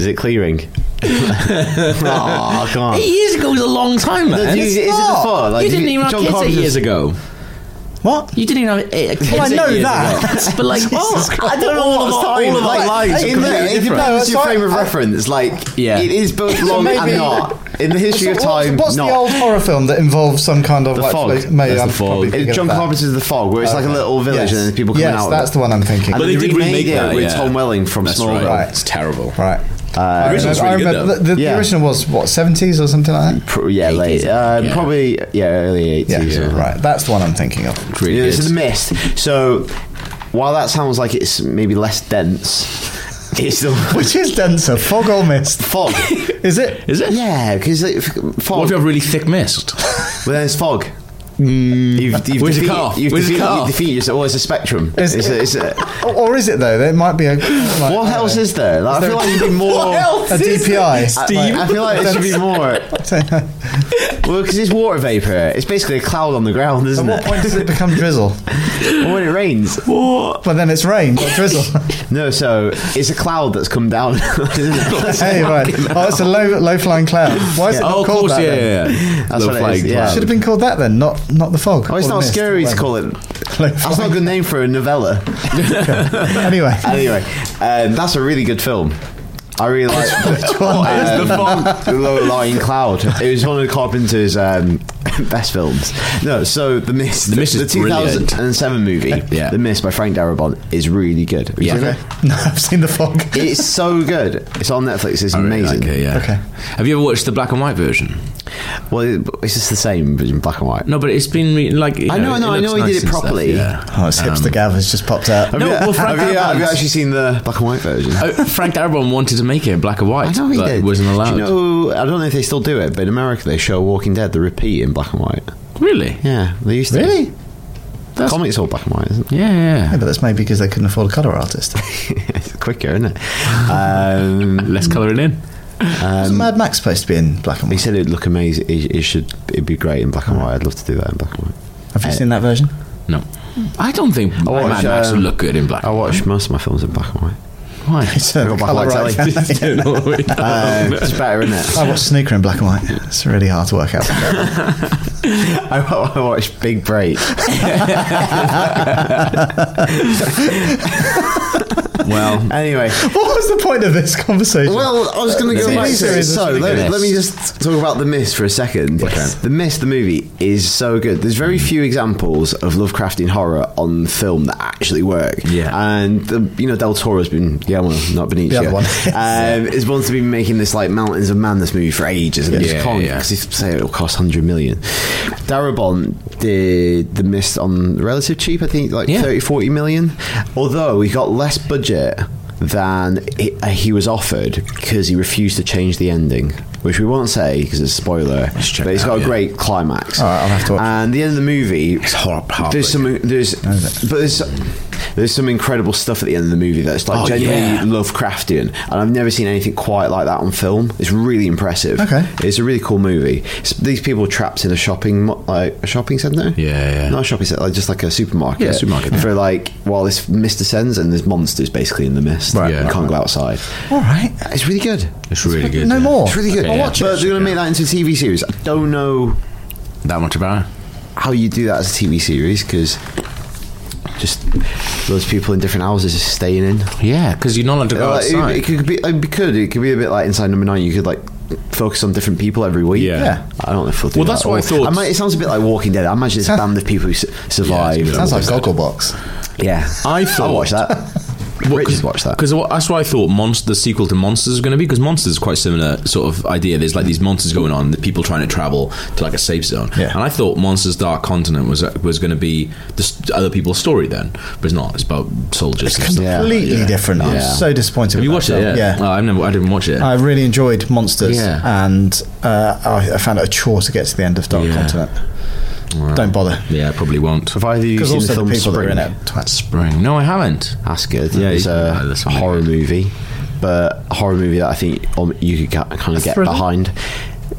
Speaker 2: Is
Speaker 1: [LAUGHS]
Speaker 2: it clearing? [LAUGHS] oh, come on.
Speaker 1: Eight years ago is a long time, man.
Speaker 2: Is it The
Speaker 1: It's not.
Speaker 2: Fog? Like,
Speaker 1: you
Speaker 2: did
Speaker 1: didn't
Speaker 2: you-
Speaker 1: even have
Speaker 2: John
Speaker 1: kids eight
Speaker 2: Carpenter's-
Speaker 1: years ago.
Speaker 3: What?
Speaker 1: You didn't even have it.
Speaker 3: Well, I know that.
Speaker 1: but like,
Speaker 2: Jesus
Speaker 1: oh,
Speaker 2: Christ.
Speaker 1: I don't know all of
Speaker 2: It's
Speaker 1: our, all of our
Speaker 2: like,
Speaker 1: lives.
Speaker 2: in
Speaker 1: are
Speaker 2: the-
Speaker 1: completely
Speaker 2: if you
Speaker 1: different.
Speaker 2: put this as your
Speaker 3: No,
Speaker 2: frame of
Speaker 3: so I-
Speaker 2: reference, like
Speaker 1: Yeah.
Speaker 2: it is both long
Speaker 3: maybe-
Speaker 2: and not. In the history of
Speaker 3: What's-
Speaker 2: time,
Speaker 3: what's
Speaker 2: not.
Speaker 3: the old horror film that involves some kind of
Speaker 2: The
Speaker 3: like
Speaker 2: fog.
Speaker 3: space- Maybe
Speaker 1: That's
Speaker 3: I'm
Speaker 1: the fog.
Speaker 3: probably
Speaker 1: It-
Speaker 3: thinking
Speaker 2: It's
Speaker 3: of
Speaker 2: John
Speaker 3: that.
Speaker 2: Carpenter's The Fog, where it's like a little village
Speaker 3: Yes.
Speaker 2: and then people coming
Speaker 3: yes,
Speaker 2: out. of
Speaker 3: that's
Speaker 2: it.
Speaker 3: the one I'm thinking.
Speaker 2: And
Speaker 1: But
Speaker 2: then
Speaker 1: they did
Speaker 2: remade
Speaker 1: remake
Speaker 2: it
Speaker 1: that,
Speaker 2: with
Speaker 1: yeah.
Speaker 2: Tom Welling from
Speaker 1: That's
Speaker 2: Smallville.
Speaker 1: right. It's terrible.
Speaker 3: right.
Speaker 1: The original's
Speaker 3: I
Speaker 1: really good,
Speaker 3: remember
Speaker 1: though.
Speaker 3: the, the
Speaker 2: Uh, Yeah.
Speaker 3: original was what 70s or something like that.
Speaker 2: Pro- yeah, late.
Speaker 1: 80s,
Speaker 2: Uh,
Speaker 1: yeah.
Speaker 2: Probably yeah, early
Speaker 3: Yeah,
Speaker 2: eighties.
Speaker 3: right. That's the one I'm thinking of.
Speaker 1: It's really
Speaker 2: Yeah, it's
Speaker 1: good.
Speaker 2: in the mist. So while that sounds like it's maybe less dense, it's still
Speaker 1: [LAUGHS]
Speaker 3: Which is denser, fog or mist?
Speaker 2: fog.
Speaker 3: Is it?
Speaker 1: Is it?
Speaker 2: yeah, because like, f-
Speaker 1: What
Speaker 2: fog.
Speaker 1: if you have really thick mist?
Speaker 2: Well, then it's fog. You've, you've
Speaker 1: Where's the
Speaker 2: defeated,
Speaker 1: cutoff?
Speaker 2: you've
Speaker 1: Where's the
Speaker 2: defeated,
Speaker 1: cutoff?
Speaker 2: you've defeated yourself. Well, it's a spectrum.
Speaker 3: Is-
Speaker 2: it's a, it's a,
Speaker 3: Or, or is it though? There might be a. Like, uh,
Speaker 2: what else is there? Like, I feel like you'd be more.
Speaker 3: a DPI?
Speaker 2: I- like, I feel like there should be more. Well, because it's water vapor. It's basically a cloud on the ground,
Speaker 3: At
Speaker 2: isn't
Speaker 3: what
Speaker 2: it?
Speaker 3: point does it become drizzle?
Speaker 2: Or when it rains.
Speaker 1: What?
Speaker 3: Well, then
Speaker 2: [LAUGHS]
Speaker 3: it's rain, not drizzle.
Speaker 2: No, so it's a cloud that's come down, [LAUGHS] isn't it?
Speaker 3: hey, right. Oh, it's a low, low flying cloud. Why is it not
Speaker 1: Oh, of
Speaker 3: called
Speaker 1: course,
Speaker 3: that?
Speaker 1: yeah,
Speaker 3: then?
Speaker 1: yeah, yeah.
Speaker 2: That's
Speaker 1: Low
Speaker 2: what it
Speaker 1: flag
Speaker 2: is, yeah.
Speaker 1: cloud.
Speaker 3: Should have been called that then, not not the fog.
Speaker 2: Oh, it's not scary to call it. That's not a good name for a novella.
Speaker 3: anyway, [LAUGHS]
Speaker 2: [LAUGHS] Anyway, um, that's a really good film. I really like Um,
Speaker 1: It's the fog.
Speaker 2: The Low Lying Cloud. It was one of Carpenter's um, [LAUGHS] best films. No, so The Mist.
Speaker 1: The Mist is
Speaker 2: the 2007 movie,
Speaker 1: Yeah.
Speaker 2: The Mist by Frank Darabont, is really good. Have you
Speaker 1: Yeah.
Speaker 2: seen it?
Speaker 3: no, I've seen the fog.
Speaker 2: It's so good. It's on Netflix. It's amazing.
Speaker 1: Okay, yeah.
Speaker 3: Okay.
Speaker 1: Have you ever watched the black and white version?
Speaker 2: Well, it- it's just the same, but in black and white.
Speaker 1: No, but it's been re- like you
Speaker 2: I know, I know,
Speaker 1: it
Speaker 2: I
Speaker 1: looks
Speaker 2: know he did
Speaker 1: nice
Speaker 2: it
Speaker 1: and stuff,
Speaker 2: properly.
Speaker 1: yeah.
Speaker 3: Oh, it's hipster Gav has just popped out.
Speaker 1: No, well, Frank
Speaker 2: have, you, have you
Speaker 1: Darabont-
Speaker 2: actually seen the black and white version?
Speaker 1: Oh, Frank Darabont wanted to make it in black and white,
Speaker 2: I know he
Speaker 1: but
Speaker 2: did.
Speaker 1: wasn't allowed.
Speaker 2: Do you know, I don't know if they still do it, but in America they show Walking Dead the repeat in black and white.
Speaker 1: Really?
Speaker 2: Yeah, they used to.
Speaker 3: Really?
Speaker 2: The comics all black and
Speaker 1: [LAUGHS]
Speaker 2: white, isn't it? [LAUGHS]
Speaker 1: Yeah, yeah.
Speaker 3: Yeah, but that's maybe because they couldn't afford a colour artist.
Speaker 2: it's quicker, isn't it? Um,
Speaker 1: Let's colour it in.
Speaker 3: Wasn't Mad Max supposed to be in black and
Speaker 2: he
Speaker 3: white?
Speaker 2: said it'd look amazing. It, it should. It'd be great in black and white. I'd love to do that in black and white.
Speaker 3: Have you seen that [LAUGHS] version?
Speaker 1: No, I don't think I
Speaker 2: watch,
Speaker 1: Mad Max
Speaker 2: um,
Speaker 1: would look good in black.
Speaker 2: I watch most of my films in black and white.
Speaker 1: Why?
Speaker 2: I got black and white telly.
Speaker 1: [LAUGHS]
Speaker 2: Um, it's better, isn't it?
Speaker 3: [LAUGHS] I watched Snooker in black and white. It's really hard
Speaker 2: [LAUGHS]
Speaker 3: to work out.
Speaker 2: I, wa- I watched Big Break.
Speaker 1: well,
Speaker 2: Anyway,
Speaker 3: what was the point of this conversation?
Speaker 2: Well, I was going to go
Speaker 3: TV
Speaker 2: back to it.
Speaker 3: series is
Speaker 2: So
Speaker 3: really
Speaker 2: let,
Speaker 3: good.
Speaker 2: let me just talk about The Mist for a second.
Speaker 1: Yes.
Speaker 2: The Mist, the movie, is so good. There's very few examples of Lovecraftian horror on film that actually work.
Speaker 1: Yeah.
Speaker 2: and the, you know Del Toro's been yeah, well, not Benicio.
Speaker 3: The other
Speaker 2: [LAUGHS]
Speaker 3: one.
Speaker 2: um, is one to be making this like Mountains of Madness movie for ages, and
Speaker 1: Yeah,
Speaker 2: yeah, just can't
Speaker 1: yeah.
Speaker 2: because they say it'll cost hundred million. Darabont did The Mist on relative cheap, I think, like
Speaker 1: Yeah.
Speaker 2: 30, 40 million. Although he got less budget than he, uh, he was offered because he refused to change the ending, which we won't say because it's a spoiler.
Speaker 1: Let's check
Speaker 2: But it's
Speaker 1: that
Speaker 2: got
Speaker 1: out,
Speaker 2: a
Speaker 1: yeah.
Speaker 2: great climax.
Speaker 3: All right, I'll have to watch.
Speaker 2: And the end of the movie, it's
Speaker 1: hor-
Speaker 2: There's some, there's, but there's, there's some incredible stuff at the end of the movie that's like
Speaker 1: Oh,
Speaker 2: genuinely
Speaker 1: yeah.
Speaker 2: Lovecraftian, and I've never seen anything quite like that on film. It's really impressive.
Speaker 3: Okay.
Speaker 2: it's a really cool movie. It's, these people are trapped in a shopping, mo- like a shopping center.
Speaker 1: Yeah, yeah.
Speaker 2: not a shopping center, like just like a supermarket.
Speaker 1: Yeah, supermarket.
Speaker 2: For like, while this mist descends and there's monsters basically in the mist.
Speaker 1: Right.
Speaker 2: you
Speaker 1: Yeah.
Speaker 2: can't go outside.
Speaker 3: All right.
Speaker 2: It's really good.
Speaker 1: it's really good.
Speaker 3: No
Speaker 1: yeah.
Speaker 3: more.
Speaker 2: It's really good.
Speaker 1: Okay, yeah.
Speaker 2: But they're going to make that into a TV series. I don't know
Speaker 1: That much about it.
Speaker 2: how you do that as a TV series because just loads of people in different houses just staying in.
Speaker 1: Yeah, because you're not allowed to
Speaker 3: Uh,
Speaker 1: go
Speaker 2: Like,
Speaker 1: outside.
Speaker 2: it, it could be, it could, it could be a bit like inside number nine. You could like focus on different people every week.
Speaker 1: Yeah. Yeah.
Speaker 2: I don't know if they'll do
Speaker 1: Well,
Speaker 2: that
Speaker 1: that's
Speaker 2: at
Speaker 1: what I
Speaker 2: all.
Speaker 1: thought.
Speaker 2: might- it sounds a bit like Walking Dead. I imagine it's a
Speaker 3: Sounds-
Speaker 2: band of people who su- survive.
Speaker 1: Yeah,
Speaker 3: Sounds like Gogglebox.
Speaker 2: yeah.
Speaker 1: I thought-
Speaker 2: I watched that. Rich has watched that.
Speaker 1: Because that's what I thought Monst the sequel to Monsters was going to be. Because Monsters is quite similar sort of idea. There's like these monsters going on, the people trying to travel to like a safe zone.
Speaker 3: Yeah.
Speaker 1: And I thought Monsters Dark Continent was uh, was going to be the s- other people's story then, but it's not. It's about soldiers. and stuff.
Speaker 2: Yeah.
Speaker 3: Completely different. I'm
Speaker 2: Yeah.
Speaker 3: so disappointed.
Speaker 1: Have
Speaker 3: with
Speaker 1: you
Speaker 3: that
Speaker 1: watched it?
Speaker 3: film.
Speaker 1: Yeah. Oh, I've never. I didn't watch it.
Speaker 3: I really enjoyed Monsters,
Speaker 1: Yeah.
Speaker 3: and uh, I, I found it a chore to get to the end of Dark
Speaker 1: Yeah.
Speaker 3: Continent. Don't bother,
Speaker 1: yeah, I probably won't.
Speaker 2: Have either of you
Speaker 3: because
Speaker 2: seen
Speaker 3: also
Speaker 2: the
Speaker 3: the,
Speaker 2: film
Speaker 3: people that are
Speaker 2: Spring?
Speaker 3: in it. Twats.
Speaker 1: Spring. No, I haven't.
Speaker 2: That's good.
Speaker 1: Yeah,
Speaker 2: it's
Speaker 1: you can-
Speaker 2: a,
Speaker 1: uh, that's
Speaker 2: a horror movie, but a horror movie that I think um, you could ca- kind of get
Speaker 3: thriller?
Speaker 2: behind.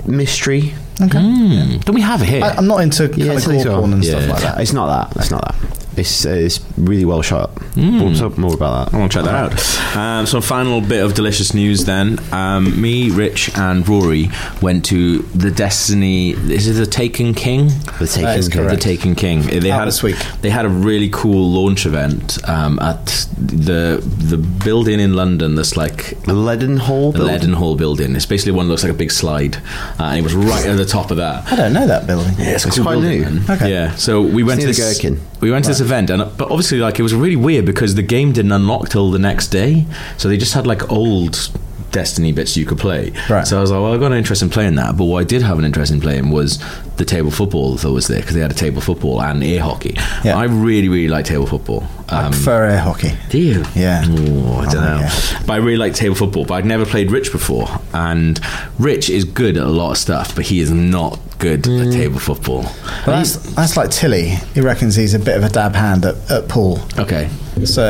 Speaker 2: Mystery.
Speaker 1: Hmm. Don't we have it here?
Speaker 3: I, I'm not into kind
Speaker 2: Yeah,
Speaker 3: of
Speaker 2: it's
Speaker 3: gore
Speaker 2: these are-
Speaker 3: porn and
Speaker 1: yeah.
Speaker 3: stuff like that.
Speaker 2: It's not that. It's not that. It's, uh, it's really well shot.
Speaker 1: Hmm.
Speaker 2: We'll talk more about
Speaker 1: I
Speaker 2: that.
Speaker 1: want to check that out. Um, so, final bit of delicious news then. Um, me, Rich, and Rory went to the Destiny. Is it the Taken King?
Speaker 2: The Taken
Speaker 3: That is
Speaker 2: King.
Speaker 3: correct.
Speaker 1: The Taken King. They
Speaker 3: Out
Speaker 1: had
Speaker 3: this week.
Speaker 1: They had a really cool launch event um, at the the building in London. That's like
Speaker 2: The Leadenhall
Speaker 1: the
Speaker 2: building.
Speaker 1: Leadenhall building. It's basically one that looks like a big slide, uh, and it was right at the top of that.
Speaker 3: I don't know that building.
Speaker 1: It's,
Speaker 2: It's
Speaker 1: a
Speaker 2: quite
Speaker 1: building,
Speaker 2: new.
Speaker 1: man.
Speaker 3: Okay.
Speaker 1: Yeah. So we went to
Speaker 2: near the
Speaker 1: this.
Speaker 2: Gherkin.
Speaker 1: We went to this event, and but obviously, like it was really weird because the game didn't unlock till the next day. So they just had like old Destiny bits you could play.
Speaker 3: Right.
Speaker 1: So I was like, well, I've got an interest in playing that. But what I did have an interest in playing was the table football that was there because they had a table football and air hockey.
Speaker 3: Yeah.
Speaker 1: I really, really like table football.
Speaker 3: I
Speaker 1: Um,
Speaker 3: prefer air hockey.
Speaker 1: do you?
Speaker 3: Yeah.
Speaker 1: Ooh, I don't
Speaker 3: Oh,
Speaker 1: know.
Speaker 3: yeah.
Speaker 1: But I really like table football, but I'd never played Rich before. And Rich is good at a lot of stuff, but he is not good at table football.
Speaker 3: But Mm. that's, that's like Tilly. He reckons he's a bit of a dab hand at, at pool.
Speaker 1: Okay.
Speaker 3: So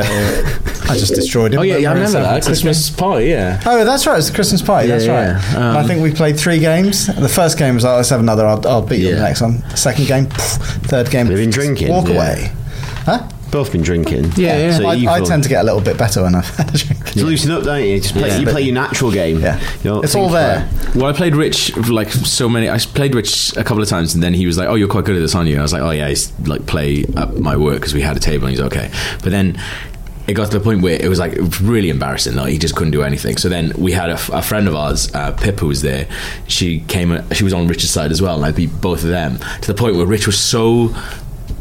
Speaker 1: [LAUGHS]
Speaker 3: I just destroyed him.
Speaker 1: Oh, yeah, yeah I
Speaker 3: Remember
Speaker 1: remember
Speaker 3: himself.
Speaker 1: that. Christmas party, yeah.
Speaker 3: Oh, that's right. It's the Christmas party.
Speaker 1: Yeah,
Speaker 3: that's right.
Speaker 1: yeah.
Speaker 3: And I
Speaker 1: Um,
Speaker 3: think we played three games. The first game was like, let's have another. I'll, I'll beat you on
Speaker 1: Yeah.
Speaker 3: the next one. Second game, pff, third game.
Speaker 2: They've been drinking,
Speaker 3: Walk
Speaker 2: yeah.
Speaker 3: away. Huh?
Speaker 2: Both been drinking.
Speaker 1: Yeah, yeah.
Speaker 2: So
Speaker 3: I,
Speaker 2: you've
Speaker 3: I
Speaker 2: all-
Speaker 3: tend to get a little bit better when I've had a [LAUGHS] drink.
Speaker 2: to loosen up, don't you? Just play,
Speaker 1: Yeah.
Speaker 2: You play your natural game.
Speaker 3: Yeah.
Speaker 2: You don't
Speaker 3: It's all
Speaker 2: think
Speaker 3: there.
Speaker 2: about
Speaker 1: Well, I played Rich like so many. I played Rich a couple of times, and then he was like, "Oh, you're quite good at this, aren't you?" And I was like, "Oh yeah, I used to, like play at my work because we had a table, and he's okay." But then it got to the point where it was like it was really embarrassing. Like he just couldn't do anything. So then we had a, f- a friend of ours, uh, Pip, who was there. She came. uh, She was on Rich's side as well, and I beat both of them to the point where Rich was so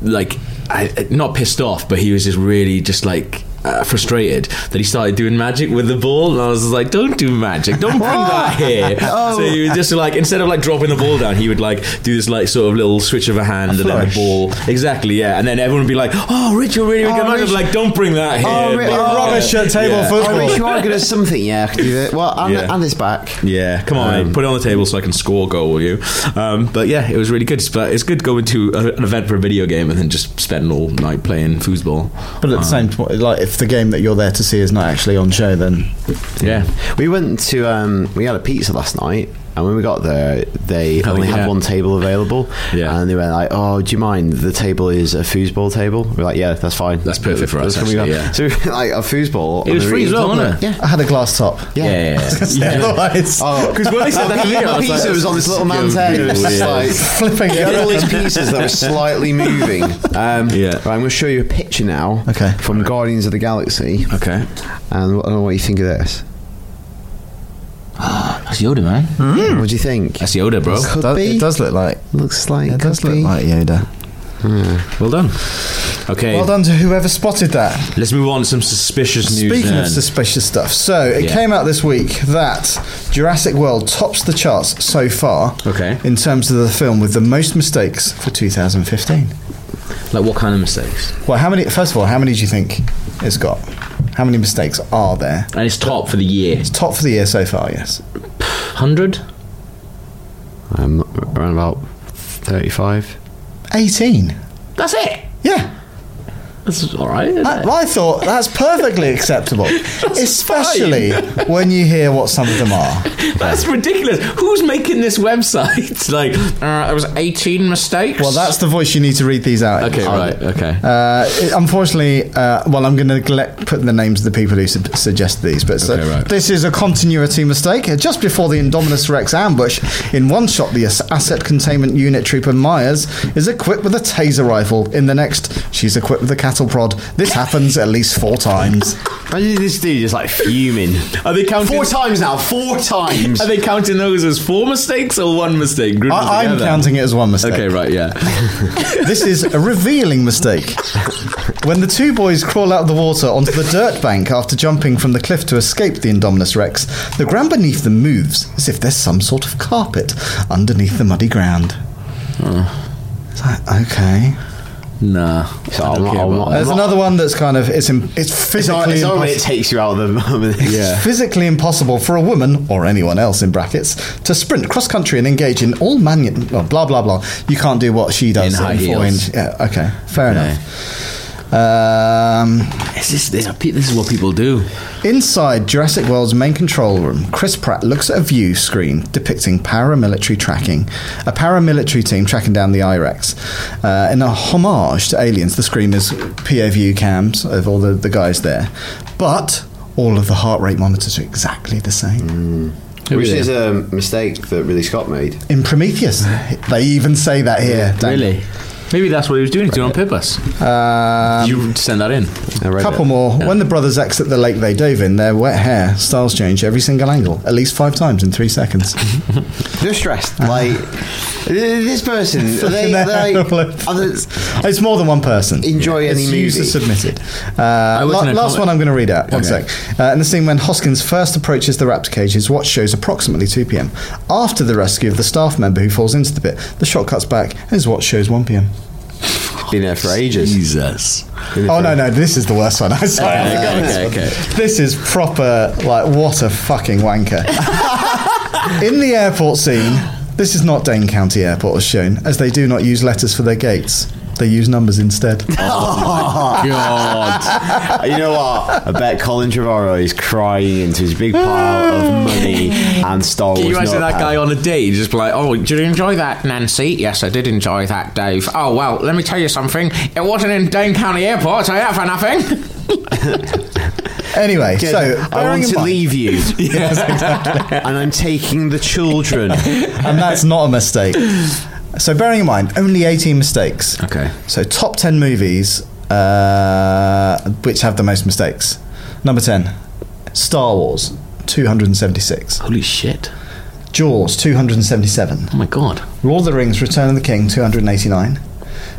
Speaker 1: like I, not pissed off, but he was just really just like. Uh, frustrated that he started doing magic with the ball, and I was like, "Don't do magic! Don't bring
Speaker 2: [LAUGHS]
Speaker 1: that here!"
Speaker 2: Oh.
Speaker 1: So he was just like, instead of like dropping the ball down, he would like do this like sort of little switch of a hand and then the
Speaker 3: flourish.
Speaker 1: ball. Exactly, yeah. And then everyone would be like, "Oh, Rich, you're really good at
Speaker 2: Oh,
Speaker 1: magic!"
Speaker 2: Rich-
Speaker 1: Like, don't bring that here.
Speaker 2: Oh, Rich,
Speaker 1: blah,
Speaker 2: you're
Speaker 1: blah, blah."
Speaker 3: rubbish at table
Speaker 1: yeah.
Speaker 3: football.
Speaker 2: I mean, you are good at something. Yeah, I can do that. Well, and,
Speaker 1: Yeah.
Speaker 2: and it's back.
Speaker 1: Yeah, come on,
Speaker 2: Um,
Speaker 1: mate. put it on the table so I can score a goal, will you? Um, but yeah, it was really good. But it's good going to a, an event for a video game and then just spending all night playing foosball.
Speaker 3: But at the same point, like if the game that you're there to see is not actually on show, then [LAUGHS]
Speaker 1: Yeah,
Speaker 2: We went to um, we had a pizza last night, and when we got there, they
Speaker 1: Oh,
Speaker 2: only
Speaker 1: yeah.
Speaker 2: had one table available.
Speaker 1: Yeah.
Speaker 2: and they were like, "Oh, do you mind? The table is a foosball table." We're like, "Yeah, that's fine.
Speaker 1: That's perfect for
Speaker 2: That's
Speaker 1: us,
Speaker 2: what we
Speaker 1: actually,
Speaker 2: got."
Speaker 1: yeah.
Speaker 2: [LAUGHS] So we were like a foosball.
Speaker 1: It
Speaker 2: on
Speaker 1: was
Speaker 2: the
Speaker 1: free as
Speaker 2: reading
Speaker 1: well,
Speaker 2: table.
Speaker 1: wasn't it?
Speaker 2: Yeah.
Speaker 3: I had a glass top.
Speaker 1: yeah, [LAUGHS] yeah.
Speaker 3: [LAUGHS] Otherwise,
Speaker 2: Oh,
Speaker 1: Because when I said that to Leo, I
Speaker 2: the
Speaker 1: was like,
Speaker 2: pizza was on this little man's
Speaker 1: you're
Speaker 2: head. It was just
Speaker 1: weird.
Speaker 2: like
Speaker 3: flipping
Speaker 2: he
Speaker 3: it
Speaker 2: had all
Speaker 3: over.
Speaker 2: these pieces that were slightly moving. Um,
Speaker 1: Yeah.
Speaker 2: right, I'm going to show you a picture now.
Speaker 3: Okay.
Speaker 2: From Guardians of the Galaxy,
Speaker 1: okay,
Speaker 2: and I don't know what you think of this.
Speaker 1: that's Yoda, man.
Speaker 2: What do you think?
Speaker 1: That's Yoda, bro.
Speaker 2: Could
Speaker 3: Does-
Speaker 2: be.
Speaker 3: It does look like
Speaker 2: Looks like
Speaker 3: it
Speaker 2: could
Speaker 3: does look
Speaker 2: be.
Speaker 3: like Yoda.
Speaker 1: Well done. Okay,
Speaker 3: Well done to whoever spotted that.
Speaker 1: let's move on to some suspicious news.
Speaker 3: Speaking
Speaker 1: then.
Speaker 3: of suspicious stuff, so it
Speaker 1: Yeah.
Speaker 3: came out this week that Jurassic World tops the charts so far
Speaker 1: Okay.
Speaker 3: in terms of the film with the most mistakes for 2015.
Speaker 1: like what kind of mistakes?
Speaker 3: Well, how many? First of all, how many do you think it's got? How many mistakes are there?
Speaker 1: And it's top for the year.
Speaker 3: Top for the year so far, yes.
Speaker 1: Hundred.
Speaker 2: Um, around about 35.
Speaker 3: 18.
Speaker 1: That's it.
Speaker 3: Yeah.
Speaker 1: That's all right. isn't
Speaker 3: I,
Speaker 1: it?
Speaker 3: I thought that's perfectly
Speaker 1: [LAUGHS]
Speaker 3: acceptable, especially when you hear what some of them are.
Speaker 1: [LAUGHS] That's ridiculous. Who's making this website? [LAUGHS] It's like, uh, there was 18 mistakes.
Speaker 3: Well, that's the voice you need to read these out. Um,
Speaker 1: okay, right, okay.
Speaker 3: Uh, it- unfortunately, uh, well, I'm going to neglect putting the names of the people who su- suggested these, but so
Speaker 1: Okay, right.
Speaker 3: this is a continuity mistake. Uh, Just before the Indominus Rex ambush, in one shot, the as- asset containment unit trooper Myers is equipped with a taser rifle. In the next, she's equipped with a cattle prod. This happens at least four times.
Speaker 2: Imagine this dude is like fuming.
Speaker 1: Are they counting?
Speaker 2: Four times now, four times. [LAUGHS]
Speaker 1: Are they counting those as four mistakes or one mistake? Group them
Speaker 3: I- I'm
Speaker 1: together.
Speaker 3: counting it as one mistake.
Speaker 1: Okay, right, yeah.
Speaker 3: This is a revealing mistake. When the two boys crawl out of the water onto the dirt bank after jumping from the cliff to escape the Indominus Rex, the ground beneath them moves as if there's some sort of carpet underneath the muddy ground. It's like, okay.
Speaker 1: [LAUGHS] Nah.
Speaker 2: So
Speaker 1: I don't
Speaker 2: I'm-
Speaker 1: care
Speaker 2: I'm
Speaker 1: about
Speaker 2: not-
Speaker 1: that.
Speaker 3: There's another one that's kind of it's im- it's
Speaker 2: It's
Speaker 3: physically
Speaker 2: on, it's on when it
Speaker 3: impossible.
Speaker 2: takes you out of the [LAUGHS] moment.
Speaker 3: It's physically impossible for a woman or anyone else in brackets to sprint cross country and engage in all manual blah blah blah. You can't do what she
Speaker 1: In
Speaker 3: does
Speaker 1: high
Speaker 3: four
Speaker 1: heels.
Speaker 3: inch- Yeah, okay, fair
Speaker 1: Okay.
Speaker 3: enough. Um,
Speaker 1: This is this, this is what people do.
Speaker 3: Inside Jurassic World's main control room, Chris Pratt looks at a view screen depicting paramilitary tracking, a paramilitary team tracking down the IREX. Uh, in a homage to Aliens, the screen is POV cams of all the, the guys there, but all of the heart rate monitors are exactly the same.
Speaker 2: Which is a mistake that Ridley Scott made.
Speaker 3: In Prometheus, they even say that here. Dan.
Speaker 1: Really? Maybe that's what he was doing. He's doing it on purpose.
Speaker 3: Um,
Speaker 1: you send that in.
Speaker 2: I read
Speaker 3: Couple
Speaker 2: it.
Speaker 3: more. When the brothers exit the lake they dove in, their wet hair styles change every single angle, at least five times in three seconds.
Speaker 2: They're stressed. Like this person, are they, are they, are they
Speaker 3: it's more than one person.
Speaker 2: enjoy any
Speaker 3: it's
Speaker 2: movie.
Speaker 3: user submitted. Uh,
Speaker 1: wasn't a
Speaker 3: la- last
Speaker 1: comment.
Speaker 3: one I'm going to read out. One
Speaker 1: Okay.
Speaker 3: sec. Uh, in the scene when Hoskins first approaches the raptor cage, his watch shows approximately 2 p.m. After the rescue of the staff member who falls into the pit, the shot cuts back and his watch shows 1 p.m.
Speaker 2: Been there for ages. [LAUGHS]
Speaker 1: Jesus.
Speaker 3: Oh no, no, this is the worst one. [LAUGHS] I sorry.
Speaker 2: Oh,
Speaker 3: I forgot
Speaker 1: okay,
Speaker 3: this
Speaker 1: okay,
Speaker 3: one.
Speaker 1: okay.
Speaker 3: This is proper, like, what a
Speaker 2: [LAUGHS]
Speaker 3: fucking wanker. In the airport scene, this is not Dane County Airport as shown, as they do not use letters for their gates. They use
Speaker 2: [LAUGHS]
Speaker 3: numbers instead.
Speaker 4: Oh,
Speaker 1: [LAUGHS] God.
Speaker 2: you know what? I bet Colin Trevorrow is crying into his big pile of money and Star Wars.
Speaker 4: Can you imagine
Speaker 2: notepad.
Speaker 4: that guy on a date? He's just be like, "Oh, did you enjoy that, Nancy? Yes, I did enjoy that, Dave. Oh well, let me tell you something. It wasn't in Dane County Airport. I have for nothing."
Speaker 3: anyway,
Speaker 2: Good.
Speaker 3: so
Speaker 2: I
Speaker 3: bearing
Speaker 2: want
Speaker 3: in
Speaker 2: to
Speaker 3: mind-
Speaker 2: leave you. yes, exactly. And I'm taking the children.
Speaker 3: and that's not a mistake. So bearing in mind, only 18 mistakes.
Speaker 1: Okay.
Speaker 3: So top 10 movies uh, which have the most mistakes. Number 10, Star Wars, 276.
Speaker 1: Holy shit.
Speaker 3: Jaws, 277.
Speaker 1: Oh my god.
Speaker 3: Lord of the Rings, Return of the King, 289.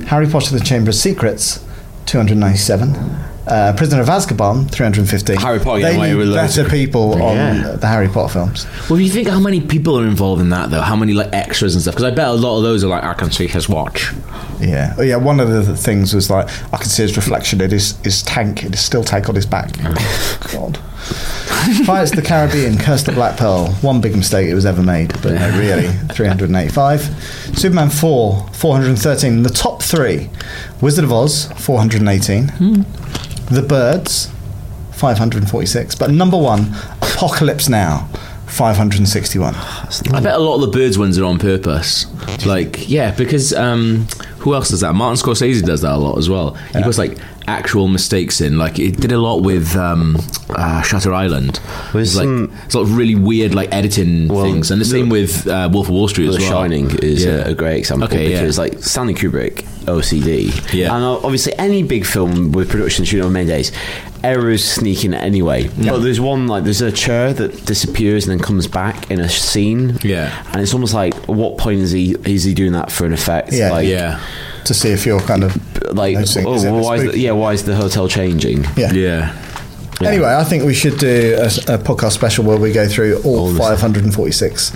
Speaker 3: Harry Potter, The Chamber of Secrets, 297. Uh, Prisoner of Azkaban, 315.
Speaker 1: Harry Potter
Speaker 3: They
Speaker 1: getting away
Speaker 3: need
Speaker 1: with loads
Speaker 3: better people on
Speaker 2: Yeah.
Speaker 3: the Harry Potter films.
Speaker 1: Well, you think how many people are involved in that though? How many like extras and stuff? Because I bet a lot of those are like, I can see his watch.
Speaker 3: Yeah, oh, yeah. One of the th- things was like I can see his reflection in his, his tank. It is still tank on his [LAUGHS] back. God. Pirates of the Caribbean, Curse the Black Pearl. One big mistake it was ever made, but no, really, 385. Superman 4, 413. the top three, Wizard of Oz, 418. The Birds, 546. But number one, Apocalypse Now, 561.
Speaker 1: I bet a lot of the birds ones are on purpose. Like, yeah, because um, who else does that? Martin Scorsese does that a lot as well. He puts like actual mistakes in. Like, it did a lot with um, uh, Shutter Island.
Speaker 2: Was
Speaker 1: It's like
Speaker 2: some-
Speaker 1: it's a lot of really weird like editing things, and the same with uh, Wolf of Wall Street as
Speaker 2: The
Speaker 1: well.
Speaker 2: Shining is
Speaker 1: Yeah.
Speaker 2: a, a great example
Speaker 1: Okay, yeah.
Speaker 2: because, like, Stanley Kubrick, OCD,
Speaker 1: Yeah.
Speaker 2: and o- obviously any big film with production shooting on many days, errors sneaking anyway. But there's one like there's a chair that disappears and then comes back in a scene.
Speaker 1: Yeah.
Speaker 2: and it's almost like, at what point is he is he doing that for an effect?
Speaker 3: Yeah.
Speaker 2: like,
Speaker 1: Yeah,
Speaker 3: To see if you're kind of
Speaker 2: like
Speaker 3: Noticing,
Speaker 2: oh,
Speaker 3: is it
Speaker 2: well, why is
Speaker 3: spooky?
Speaker 2: the, yeah, why is the hotel changing?
Speaker 3: yeah.
Speaker 1: yeah.
Speaker 3: Anyway, I think we should do a, a podcast special where we go through all, 546.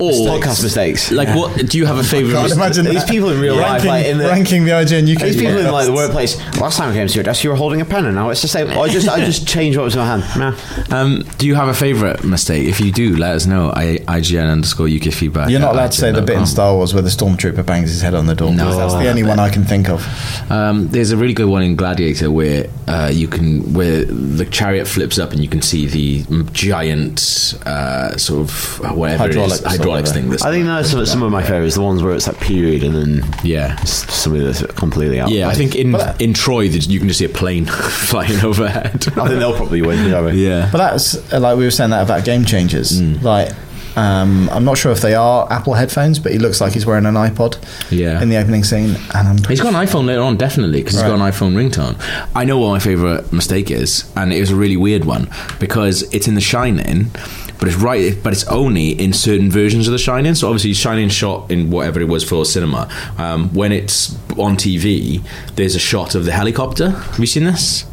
Speaker 1: Or
Speaker 2: Podcast mistakes.
Speaker 1: like, what do you have a favorite?
Speaker 3: Can't
Speaker 1: mis-
Speaker 3: imagine
Speaker 2: these
Speaker 3: that.
Speaker 2: people in real life,
Speaker 3: ranking,
Speaker 2: like, in the-
Speaker 3: ranking the IGN UK.
Speaker 2: These people in like the
Speaker 3: podcasts.
Speaker 2: workplace. Last time I came to your desk, you were holding a pen, and now it's the same. I just,
Speaker 1: [LAUGHS]
Speaker 2: I just changed what was in my hand. Nah.
Speaker 1: Um, do you have a favorite mistake? If you do, let us know. I, IGN underscore UK feedback.
Speaker 3: You're not
Speaker 1: at
Speaker 3: allowed to say the bit in
Speaker 1: IGN.com.
Speaker 3: Star Wars where the stormtrooper bangs his head on the door.
Speaker 1: No.
Speaker 3: that's the only one I can think of.
Speaker 1: Um, there's a really good one in Gladiator where uh, you can where the chariot flips up and you can see the mm, giant uh, sort of uh, whatever
Speaker 3: Hydraulics
Speaker 1: it is, hydraulics thing. That's
Speaker 2: I think that's some, some of my favourites. The ones where it's like period, and then
Speaker 1: yeah.
Speaker 2: s- somebody that's completely out.
Speaker 1: Yeah, I think in in Troy that you can just see a plane [LAUGHS] flying
Speaker 2: [LAUGHS]
Speaker 1: overhead.
Speaker 2: I think they'll probably win. You know what I mean?
Speaker 1: yeah,
Speaker 3: But that's uh, like we were saying that about game changers.
Speaker 1: Mm.
Speaker 3: Like, um, I'm not sure if they are Apple headphones, but he looks like he's wearing an iPod
Speaker 1: yeah.
Speaker 3: in the opening scene. And I'm
Speaker 1: He's got an iPhone later on, definitely, because he's got
Speaker 3: Right.
Speaker 1: an iPhone ringtone. I know what my favourite mistake is, and it was a really weird one because it's in The Shining, but it's right, but it's only in certain versions of The Shining. So obviously, Shining shot in whatever it was for cinema. Um, when it's on TV, there's a shot of the helicopter. Have you seen this?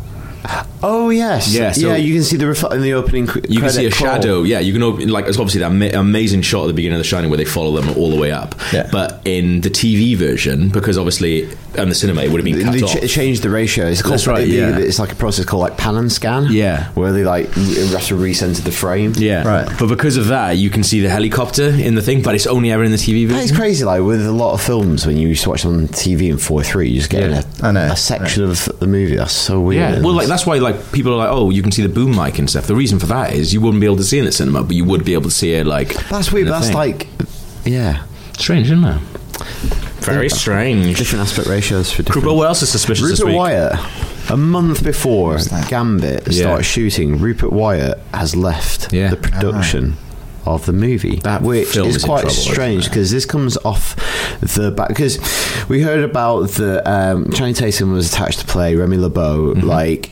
Speaker 2: Oh yes.
Speaker 1: Yeah, so-
Speaker 2: yeah. You can see the ref- in the opening. Cr-
Speaker 1: You can see a
Speaker 2: credit crawl.
Speaker 1: shadow. Yeah, you can open, like it's obviously that ma- amazing shot at the beginning of The Shining where they follow them all the way up.
Speaker 3: Yeah.
Speaker 1: But in the TV version, because obviously and the cinema, it would have been cut
Speaker 2: They
Speaker 1: off.
Speaker 2: ch- changed the ratio. It's called,
Speaker 1: That's right,
Speaker 2: it'd be-
Speaker 1: yeah.
Speaker 2: It's like a process called like pan and scan.
Speaker 1: Yeah.
Speaker 2: Where they like re- have to recenter the frame.
Speaker 1: Yeah,
Speaker 3: Right.
Speaker 1: But because of that, you can see the helicopter in the thing, but it's only ever in the TV
Speaker 2: That is
Speaker 1: version.
Speaker 2: crazy. Like with a lot of films, when you used to watch them on TV in four three, you just get
Speaker 1: Yeah.
Speaker 2: a,
Speaker 3: I know.
Speaker 2: a section of the movie. That's so weird.
Speaker 1: Well, like that's why like people are like, oh, you can see the boom mic and stuff. The reason for that is you wouldn't be able to see it in the cinema, but you would be able to see it like.
Speaker 2: that's weird.
Speaker 1: in
Speaker 2: But
Speaker 1: the
Speaker 2: that's
Speaker 1: thing.
Speaker 2: like, yeah,
Speaker 1: strange, isn't it? Very strange.
Speaker 2: different aspect ratios for different.
Speaker 1: Krupa, what else is suspicious
Speaker 2: Rupert
Speaker 1: this week?
Speaker 2: Wyatt, a month before Gambit
Speaker 1: Yeah.
Speaker 2: starts shooting, Rupert Wyatt has left
Speaker 1: Yeah.
Speaker 2: the production of the movie,
Speaker 1: That
Speaker 2: which
Speaker 1: film
Speaker 2: is
Speaker 1: is in
Speaker 2: quite
Speaker 1: trouble, isn't
Speaker 2: strange
Speaker 1: it?
Speaker 2: because this comes off the back. Because we heard about the um, Channing Tatum was attached to play Remy LeBeau like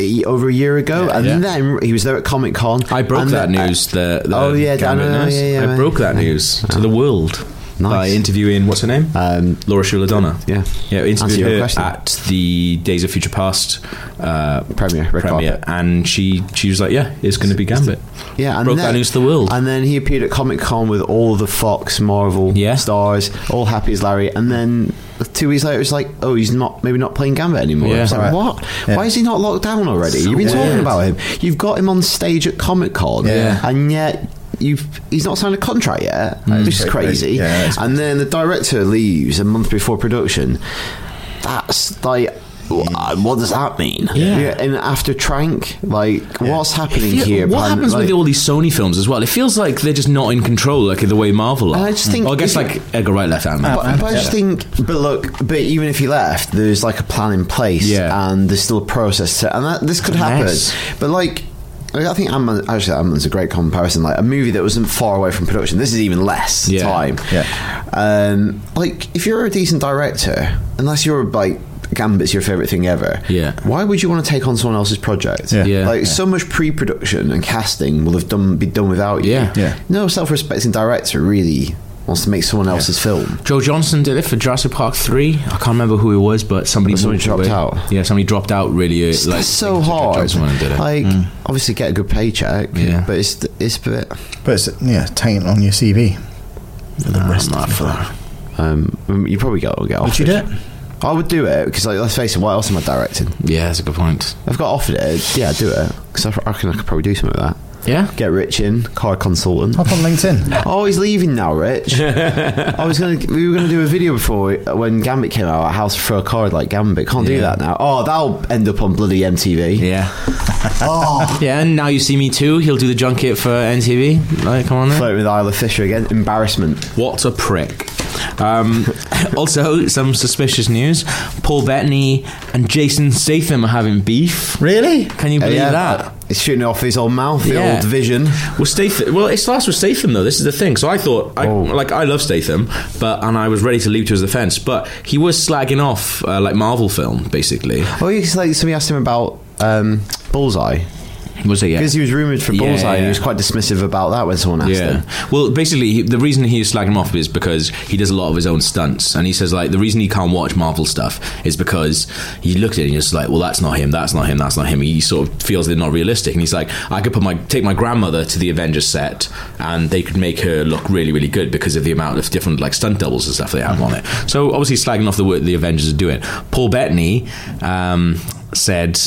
Speaker 2: e- over a year ago, and
Speaker 1: Mm-hmm. yeah.
Speaker 2: then he was there at Comic Con.
Speaker 1: I broke
Speaker 2: and
Speaker 1: that
Speaker 2: the-
Speaker 1: news. The, the
Speaker 2: Oh, yeah,
Speaker 1: Gambit
Speaker 2: I know,
Speaker 1: news.
Speaker 2: yeah, yeah,
Speaker 1: I
Speaker 2: man.
Speaker 1: broke that
Speaker 2: Yeah. Oh.
Speaker 1: news to the world by
Speaker 2: Nice.
Speaker 1: interviewing what's her name,
Speaker 2: Um,
Speaker 1: Laura Shuler Donna.
Speaker 2: yeah.
Speaker 1: yeah, we
Speaker 2: Answer
Speaker 1: interviewed
Speaker 2: your
Speaker 1: her
Speaker 2: question.
Speaker 1: at the Days of Future Past uh,
Speaker 2: Premiere, red
Speaker 1: premiere,
Speaker 2: carpet.
Speaker 1: and she she was like, "Yeah, it's going to be Gambit."
Speaker 2: Yeah, and
Speaker 1: broke that news to the world.
Speaker 2: And then he appeared at Comic Con with all the Fox, Marvel
Speaker 1: Yeah.
Speaker 2: stars, all happy as Larry. And then two weeks later, it's like, oh, he's not maybe not playing Gambit anymore.
Speaker 1: Yeah.
Speaker 2: It's like,
Speaker 3: Right.
Speaker 2: what?
Speaker 3: Yeah.
Speaker 2: Why is he not locked down already? You've been talking
Speaker 1: weird.
Speaker 2: about him. You've got him on stage at Comic Con,
Speaker 3: Yeah.
Speaker 2: and yet. You've, he's not signed a contract yet, which is
Speaker 3: pretty
Speaker 2: crazy.
Speaker 3: big. Mm. Yeah, that's
Speaker 2: and then the director leaves a month before production. That's like,
Speaker 3: Mm.
Speaker 2: wh- what does that mean?
Speaker 1: Yeah.
Speaker 2: and after Trank, like, what's happening
Speaker 1: Yeah,
Speaker 2: here?
Speaker 1: What
Speaker 2: behind-
Speaker 1: happens
Speaker 2: like-
Speaker 1: with all these Sony films as well? It feels like they're just not in control, like the way Marvel are.
Speaker 2: And I just think-
Speaker 1: Well, I guess
Speaker 2: isn't-
Speaker 1: like Edgar Wright left hand.
Speaker 3: Uh,
Speaker 2: But, but I just
Speaker 3: Yeah.
Speaker 2: think, but look, but even if he left, there's like a plan in place,
Speaker 1: Yeah.
Speaker 2: and there's still a process, to, and that, this could happen.
Speaker 1: Yes.
Speaker 2: But like, I think Ant-Man, actually, Ant-Man's a great comparison. Like a movie that wasn't far away from production. This is even less
Speaker 1: Yeah.
Speaker 2: time.
Speaker 3: Yeah.
Speaker 2: Um, like, if you're a decent director, unless you're like Gambit's your favorite thing ever.
Speaker 1: Yeah.
Speaker 2: Why would you want to take on someone else's project?
Speaker 3: Yeah.
Speaker 1: Yeah.
Speaker 2: Like so much pre-production and casting will have done be done without you.
Speaker 1: Yeah.
Speaker 3: Yeah.
Speaker 2: No self-respecting director really wants to make someone else's film.
Speaker 1: Joe Johnson did it for Jurassic Park three. I can't remember who it was, but somebody,
Speaker 2: But somebody
Speaker 1: moved
Speaker 2: dropped
Speaker 1: away.
Speaker 2: out.
Speaker 1: Yeah, somebody dropped out really. early,
Speaker 2: It's
Speaker 1: like,
Speaker 2: that's so
Speaker 1: Joe
Speaker 2: hard.
Speaker 1: Johnson went and did it.
Speaker 2: Like, obviously, get a good paycheck,
Speaker 1: Mm. Yeah.
Speaker 2: but it's it's a bit.
Speaker 3: But it's yeah, taking it on your CV for the rest
Speaker 1: not
Speaker 3: of
Speaker 1: for
Speaker 3: your
Speaker 1: that.
Speaker 3: life.
Speaker 2: Um, you probably got get offered.
Speaker 3: Would you do it?
Speaker 2: I would do it because, like, let's face it, what else am I directing?
Speaker 1: yeah, that's a good point.
Speaker 2: I've got offered it. Yeah, I'd do it because I, I reckon I could probably do something with that.
Speaker 1: Yeah,
Speaker 2: Get Rich in, car consultant.
Speaker 3: Hop on LinkedIn.
Speaker 2: Oh, he's leaving
Speaker 1: [LAUGHS]
Speaker 2: now, Rich. I was gonna. We were gonna do a video before we- when Gambit came out. How to throw a card like Gambit. Can't do
Speaker 1: Yeah.
Speaker 2: that now. Oh, that'll end up on bloody MTV.
Speaker 1: yeah,
Speaker 2: [LAUGHS] Oh,
Speaker 1: yeah. And now you see me too. He'll do the junket for NTV. Like, come on, then.
Speaker 2: flirting with Isla Fisher again. Embarrassment.
Speaker 1: What a prick. Um, [LAUGHS] also, some suspicious news: Paul Bettany and Jason Statham are having beef.
Speaker 3: really?
Speaker 1: Can you
Speaker 2: Oh,
Speaker 1: believe
Speaker 2: yeah,
Speaker 1: that?
Speaker 2: He's shooting off his old mouth, the
Speaker 1: Yeah.
Speaker 2: old vision.
Speaker 1: Well, Statham. Well, it starts with Statham though. This is the thing. So I thought, I,
Speaker 2: Oh.
Speaker 1: like, I love Statham, but and I was ready to leap to his defense, but he was slagging off uh, like Marvel film basically.
Speaker 2: Oh, he's like somebody asked him about um, Bullseye
Speaker 1: Was he? Yeah.
Speaker 2: because he was rumored for
Speaker 1: Yeah,
Speaker 2: Bullseye, and he
Speaker 1: yeah.
Speaker 2: was quite dismissive about that when someone asked
Speaker 1: Yeah.
Speaker 2: him.
Speaker 1: Well, basically, he, the reason he is slagging him off is because he does a lot of his own stunts, and he says like the reason he can't watch Marvel stuff is because he looked at it and he's like, well, that's not him, that's not him, that's not him. He sort of feels they're not realistic, and he's like, I could put my take my grandmother to the Avengers set, and they could make her look really, really good because of the amount of different like stunt doubles and stuff they have on it. So obviously, slagging off the work the Avengers are doing. Paul Bettany um, said.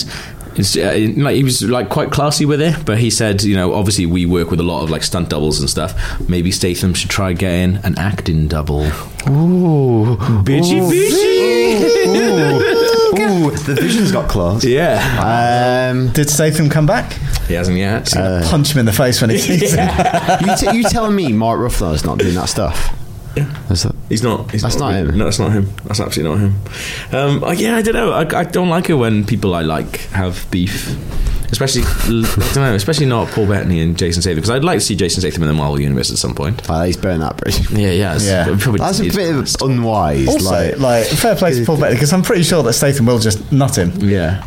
Speaker 1: It's, uh, like he was like quite classy with it, but he said, you know, obviously we work with a lot of like stunt doubles and stuff. Maybe Statham should try getting an acting double.
Speaker 2: Ooh,
Speaker 1: Bitchy,
Speaker 2: [LAUGHS]
Speaker 1: bitchy.
Speaker 2: ooh, ooh, the vision's got claws.
Speaker 1: [LAUGHS] Yeah,
Speaker 2: Um,
Speaker 3: Did Statham come back?
Speaker 1: he hasn't yet.
Speaker 2: Uh,
Speaker 3: Punch him in the face
Speaker 1: [LAUGHS]
Speaker 3: when he sees him.
Speaker 2: you, t- you telling me Mark Ruffalo's not doing that stuff? Is that-
Speaker 1: he's not. He's
Speaker 2: That's not him.
Speaker 1: No, that's not him. That's absolutely not him. Um, I- yeah, I don't know. I, I don't like it when people I like have beef. Especially, [LAUGHS] I don't know. Especially not Paul Bettany and Jason Statham because I'd like to see Jason Statham in the Marvel universe at some point.
Speaker 2: Oh, he's burning that bridge.
Speaker 1: Yeah, yeah, it's-
Speaker 3: Yeah.
Speaker 1: it probably
Speaker 2: That's a
Speaker 1: it's-
Speaker 2: bit of unwise.
Speaker 3: Also,
Speaker 2: like,
Speaker 3: like, fair play to Paul Bettany because I'm pretty sure that Statham will just nut him.
Speaker 1: Yeah.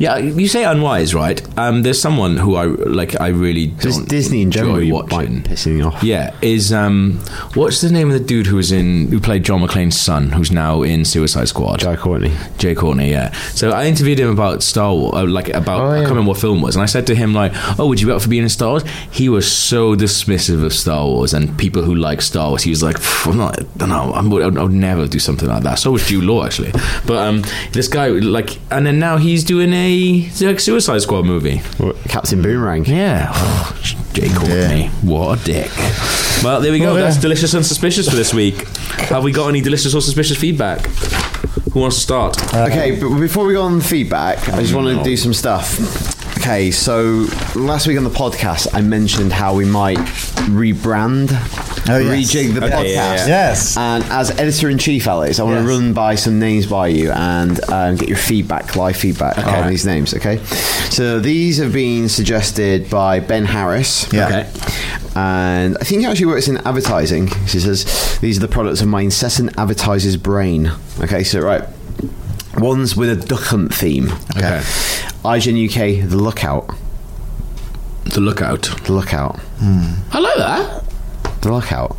Speaker 1: Yeah, you say unwise, right? Um, there's someone who I like. I really
Speaker 2: Because
Speaker 1: don't
Speaker 2: Disney in general
Speaker 1: enjoy
Speaker 2: you
Speaker 1: watching.
Speaker 2: might piss me off.
Speaker 1: Yeah, is um, what's the name of the dude who was in who played John McClane's son, who's now in Suicide Squad?
Speaker 2: Jai Courtney.
Speaker 1: Jay Courtney, yeah. So I interviewed him about Star Wars, uh, like about
Speaker 2: Oh,
Speaker 1: I
Speaker 2: yeah.
Speaker 1: can't remember what film it was, and I said to him like, "Oh, would you be up for being in Star Wars?" He was so dismissive of Star Wars and people who like Star Wars. He was like, "Pff, "I'm not, no, I'm, I would- I would never do something like that." So was Jude Law actually, but um, this guy like, and then now he's doing a like Suicide Squad movie.
Speaker 2: Captain Boomerang.
Speaker 1: Yeah, [SIGHS] Jay Courtney, what a dick. Well, there we go.
Speaker 2: Oh,
Speaker 3: Well, yeah.
Speaker 1: That's delicious and suspicious for this week. Have we got any delicious or suspicious feedback? Who wants to start?
Speaker 3: Uh,
Speaker 2: Okay, but before we go on the feedback, I just want to do some stuff. Okay, so last week on the podcast, I mentioned how we might rebrand,
Speaker 3: Oh, yes.
Speaker 2: rejig the podcast.
Speaker 1: Okay, yeah, yeah.
Speaker 3: Yes.
Speaker 2: And as editor in chief, Alex, I want
Speaker 3: Yes.
Speaker 2: to run by some names by you and um, get your feedback, live feedback on these names. Okay, so these have been suggested by Ben Harris.
Speaker 3: Yeah.
Speaker 1: Okay.
Speaker 2: And I think he actually works in advertising. She says, These are the products of my incessant advertiser's brain. Okay, so right. Ones with a duck hunt theme.
Speaker 1: Okay.
Speaker 2: IGN UK, The Lookout.
Speaker 1: The lookout.
Speaker 2: The Lookout.
Speaker 1: I like that.
Speaker 2: The Lookout.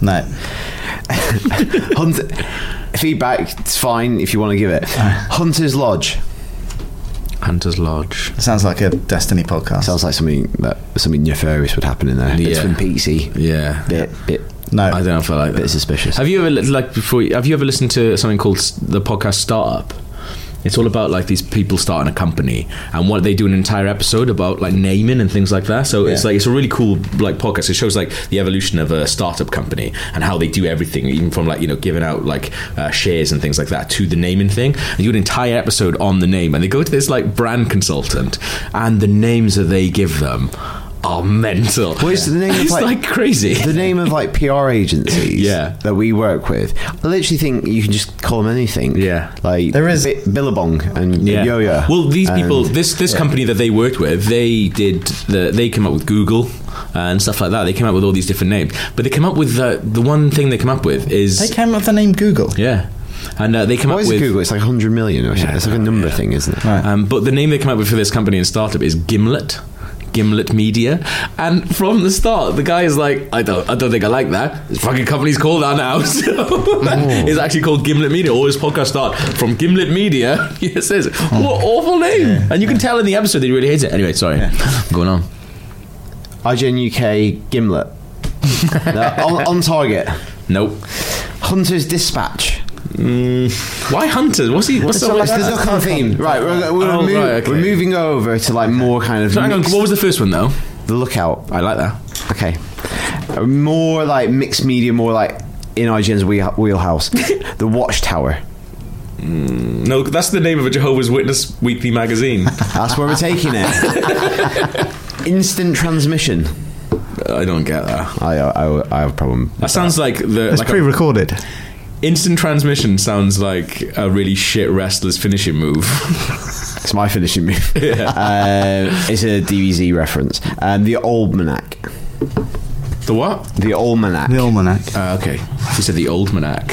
Speaker 3: No.
Speaker 2: Hunt- Feedback, it's fine if you want to give it. Hunter's Lodge.
Speaker 1: Hunter's Lodge.
Speaker 3: It sounds like a Destiny podcast.
Speaker 2: Sounds like something that something nefarious would happen in there. Bit
Speaker 1: Yeah.
Speaker 2: Twin Peaksy.
Speaker 1: Yeah.
Speaker 2: Bit, bit,
Speaker 3: no.
Speaker 1: I don't know if I like
Speaker 2: bit
Speaker 1: that.
Speaker 2: suspicious.
Speaker 1: Have you ever li- like before? Have you ever listened to something called s- the podcast Startup? It's all about like these people starting a company and what they do an entire episode about like naming and things like that. So it's like it's a really cool like podcast. It shows like the evolution of a startup company and how they do everything, even from like you know giving out like uh, shares and things like that to the naming thing. And you do an entire episode on the name, and they go to this like brand consultant, and the names that they give them are mental.
Speaker 2: Well, it's the name of,
Speaker 1: [LAUGHS] It's
Speaker 2: like-
Speaker 1: like crazy.
Speaker 2: the name of like PR
Speaker 1: [LAUGHS]
Speaker 2: agencies
Speaker 1: Yeah.
Speaker 2: that we work with, I literally think you can just call them anything.
Speaker 1: Yeah.
Speaker 2: Like
Speaker 3: There is-
Speaker 2: Bi- Billabong and Yo Yo.
Speaker 1: Well, these
Speaker 2: and-
Speaker 1: people, this this company that they worked with, they did the, they came up with Google uh, and stuff like that. They came up with all these different names, but they came up with the the one thing they came up with is
Speaker 3: They came up with the name Google.
Speaker 1: yeah, and uh, they came
Speaker 2: What
Speaker 1: up
Speaker 2: is
Speaker 1: with
Speaker 2: it Google? It's like 100 million or something. It's like a number thing, isn't it?
Speaker 3: Right.
Speaker 1: Um, but the name they come up with for this company and startup is Gimlet. Gimlet Media, and from the start, the guy is like, "I don't, I don't think I like that." This fucking company's called that now, [LAUGHS] so it's actually called Gimlet Media. All his podcasts start from Gimlet Media. [LAUGHS] It says, "What awful name!" And you can tell in the episode that he really hates it. Anyway, sorry, [LAUGHS] going on.
Speaker 2: IGN
Speaker 1: [LAUGHS]
Speaker 2: UK Gimlet. No, on, on target.
Speaker 1: Nope.
Speaker 2: Hunter's Dispatch.
Speaker 1: Why hunters? What's he? What's
Speaker 2: So
Speaker 1: so?
Speaker 2: like the duck hunt theme. Right, we're, we're,
Speaker 1: Oh,
Speaker 2: move-
Speaker 1: right, okay.
Speaker 2: we're moving over to like more kind of
Speaker 1: So hang on.
Speaker 2: mixed-
Speaker 1: What was the first one though?
Speaker 2: the lookout.
Speaker 1: I like that.
Speaker 2: Okay, Uh, more like mixed media, more like in IGN's wheel-
Speaker 1: [LAUGHS]
Speaker 2: wheelhouse. the Watchtower.
Speaker 1: No, that's the name of a Jehovah's Witness weekly magazine.
Speaker 2: That's where we're taking it. Instant transmission.
Speaker 1: [LAUGHS] I don't get that.
Speaker 2: I, I, I have a problem.
Speaker 1: That sounds like the
Speaker 3: It's
Speaker 1: like a-
Speaker 3: pre-recorded.
Speaker 1: Instant transmission sounds like a really shit wrestler's finishing move.
Speaker 2: It's my finishing move. Uh, it's a DBZ reference. Um, the Almanac.
Speaker 1: [LAUGHS] the what?
Speaker 2: The Almanac.
Speaker 3: The almanac.
Speaker 1: Uh, okay, you said the old manac.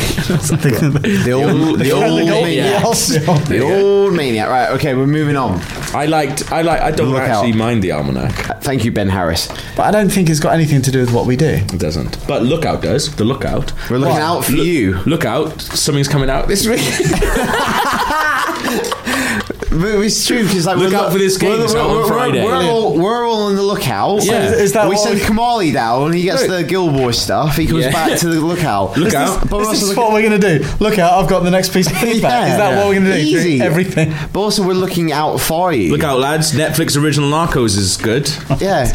Speaker 2: The old, the old maniac.
Speaker 3: Yes.
Speaker 2: The old maniac. Right. Okay. We're moving on.
Speaker 1: I liked. I like. I don't
Speaker 2: Look
Speaker 1: actually
Speaker 2: out.
Speaker 1: mind the almanac.
Speaker 2: Uh, Thank you, Ben Harris.
Speaker 3: But I don't think it's got anything to do with what we do.
Speaker 1: It doesn't. But lookout does. The lookout.
Speaker 2: We're looking
Speaker 1: What?
Speaker 2: out for
Speaker 1: Look-
Speaker 2: you.
Speaker 1: Lookout. Something's coming out this week. [LAUGHS]
Speaker 2: But it's true because like
Speaker 1: Look
Speaker 2: we're
Speaker 1: out
Speaker 2: lo-
Speaker 1: for this game, it's out on Friday.
Speaker 2: We're, all, we're all on the lookout.
Speaker 1: Yeah. Is- is
Speaker 3: that
Speaker 2: we
Speaker 3: what
Speaker 2: send
Speaker 3: we-
Speaker 2: Kamali down. He gets
Speaker 1: Right.
Speaker 2: the Guild Wars stuff. He comes
Speaker 1: Yeah.
Speaker 2: back to the lookout.
Speaker 1: Look out.
Speaker 2: But we're
Speaker 3: This
Speaker 2: also
Speaker 3: is
Speaker 2: looking-
Speaker 3: what we're going to do. Look out, I've got the next [LAUGHS] piece of feedback.
Speaker 2: Yeah.
Speaker 3: is that what we're going to do? Do
Speaker 2: Easy.
Speaker 3: Everything.
Speaker 2: But also, we're looking out for you.
Speaker 1: Look out, lads! Netflix original Narcos is good.
Speaker 2: Yeah.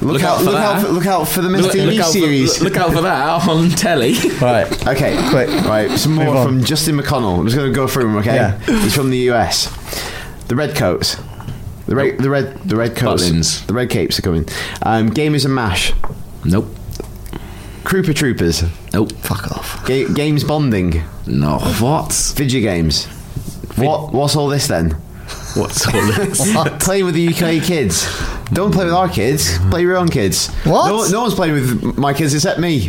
Speaker 2: Look,
Speaker 1: Look out
Speaker 2: out,
Speaker 1: for
Speaker 2: look out
Speaker 1: that.
Speaker 2: for, look out for the Mr.
Speaker 1: Look, look
Speaker 2: TV
Speaker 1: out for,
Speaker 2: series.
Speaker 1: look out for that [LAUGHS] on telly.
Speaker 3: Right. [LAUGHS]
Speaker 2: Okay,
Speaker 3: Quick.
Speaker 2: Right, some
Speaker 3: Move
Speaker 2: more
Speaker 3: on.
Speaker 2: from Justin McConnell. I'm just going to go through him. Okay,
Speaker 3: Yeah.
Speaker 2: he's from the US. The Redcoats, the red, the red, the red coats,
Speaker 1: Butlins.
Speaker 2: the red capes are coming. Um, Gamers and Mash,
Speaker 1: Nope.
Speaker 2: Krupa Troopers,
Speaker 1: Nope. Fuck off.
Speaker 2: Ga- Games Bonding,
Speaker 1: No. What?
Speaker 2: Video Games. What? What's all this then?
Speaker 1: What's all this?
Speaker 2: [LAUGHS] playing with the UK kids. Don't play with our kids. Play your own kids.
Speaker 3: What?
Speaker 2: No, no one's playing with my kids except me.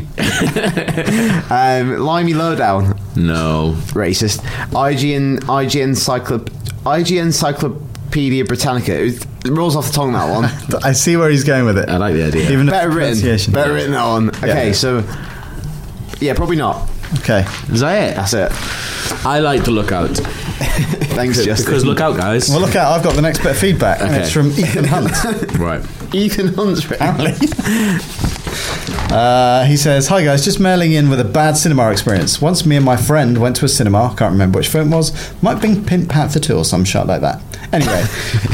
Speaker 2: um, Limey Lowdown.
Speaker 1: [LAUGHS] no.
Speaker 2: racist. IGN, IGN, cyclop, IGN cyclop. Encyclopedia Britannica. It, was- it rolls off the tongue that one.
Speaker 3: I see where he's going with it.
Speaker 2: I like the idea.
Speaker 3: Even the
Speaker 2: better written.
Speaker 3: pronunciation.
Speaker 2: Better written that one. Okay,
Speaker 3: Yeah.
Speaker 2: so yeah, probably not.
Speaker 3: Okay.
Speaker 2: Is that it? That's it.
Speaker 1: I like the lookout
Speaker 2: Thanks, Justin.
Speaker 1: because look out, guys.
Speaker 3: Well, look out! I've got the next bit of feedback, and it's from Ethan [LAUGHS] Hunt.
Speaker 1: right.
Speaker 2: [LAUGHS] Ethan Hunt's written.
Speaker 3: [LAUGHS] Uh, he says, "Hi guys, just mailing in with a bad cinema experience. Once me and my friend went to a cinema. I can't remember which film it was. Might have been Pimp Panther Two or some shit like that. Anyway,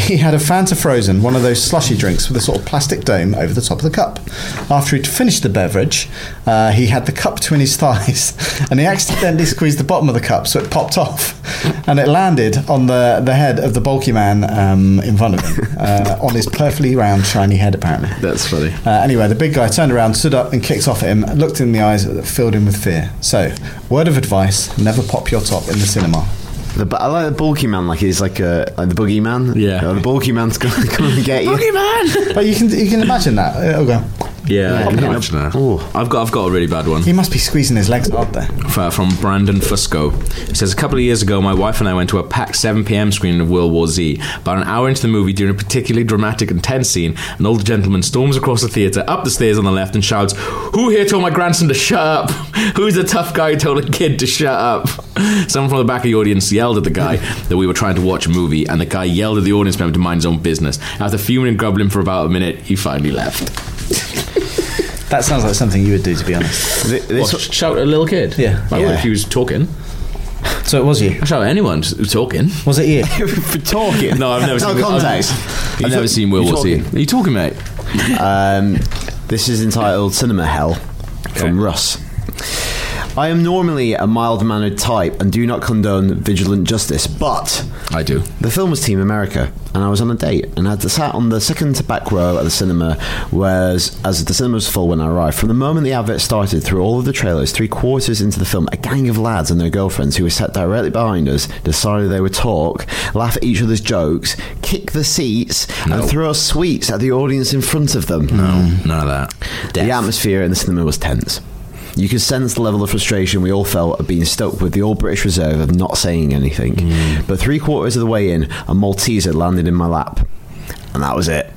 Speaker 3: he had a Fanta Frozen, one of those slushy drinks with a sort of plastic dome over the top of the cup. After he'd finished the beverage, uh, he had the cup between his [LAUGHS] thighs, and he accidentally squeezed the bottom of the cup, so it popped off, and it landed on the the head of the bulky man um, in front of him, uh, on his perfectly round, shiny head, apparently."
Speaker 2: That's funny.
Speaker 3: Uh, anyway, the big guy turned around, stood up, and kicked off at him, looked in the eyes that filled him with fear. So, word of advice never pop your top in the cinema.
Speaker 2: The, bu- I like the bulky man. Like he's like a like the boogie man.
Speaker 1: Yeah.
Speaker 2: the bulky man's gonna come and get you.
Speaker 3: But you can you can imagine that. Uh, It'll go.
Speaker 1: Yeah, I
Speaker 2: Yeah,
Speaker 1: can
Speaker 2: yeah.
Speaker 1: imagine that.
Speaker 2: Ooh.
Speaker 1: I've got I've got a really bad one
Speaker 3: He must be squeezing his legs hard there.
Speaker 1: f- from Brandon Fusco. It says a couple of years ago, my wife and I went to a packed 7 p.m. screening of World War Z. About an hour into the movie, during a particularly dramatic and tense scene, an older gentleman storms across the theater, up the stairs on the left, and shouts, "Who here told my grandson to shut up? [LAUGHS] Who's the tough guy who told a kid to shut up?" Someone from the back of the audience yelled at the guy that we were trying to watch a movie, and the guy yelled at the audience member to mind his own business. After fuming and grumbling for about a minute, he finally left.
Speaker 3: That sounds like something you would do, to be honest.
Speaker 2: Th- This,
Speaker 1: What, sh- shout at a little kid.
Speaker 3: Yeah.
Speaker 1: I would
Speaker 3: Yeah.
Speaker 1: if he was talking.
Speaker 3: So it was you.
Speaker 1: I shout at anyone who's talking.
Speaker 3: Was it you?
Speaker 1: For talking? No, I've never
Speaker 2: No
Speaker 1: seen.
Speaker 2: context.
Speaker 1: I've, I've
Speaker 2: You
Speaker 1: never
Speaker 2: talk-
Speaker 1: seen World
Speaker 2: you
Speaker 1: War Z.
Speaker 2: talking.
Speaker 1: Are you talking, mate?
Speaker 2: um, this is entitled Cinema Hell
Speaker 1: Okay.
Speaker 2: from Russ. I am normally a mild mannered type and do not condone vigilant justice, but
Speaker 1: I do.
Speaker 2: The film was Team America, and I was on a date, and I sat on the second to back row at the cinema, whereas as the cinema was full when I arrived. From the moment the advert started through all of the trailers, three quarters into the film, a gang of lads and their girlfriends who were sat directly behind us decided they would talk, laugh at each other's jokes, kick the seats, and throw sweets at the audience in front of them.
Speaker 1: None of that.
Speaker 2: The atmosphere in the cinema was tense. You could sense the level of frustration we all felt at being stoked with the All British Reserve of not saying anything. But three quarters of the way in, a Malteser landed in my lap. And that was it.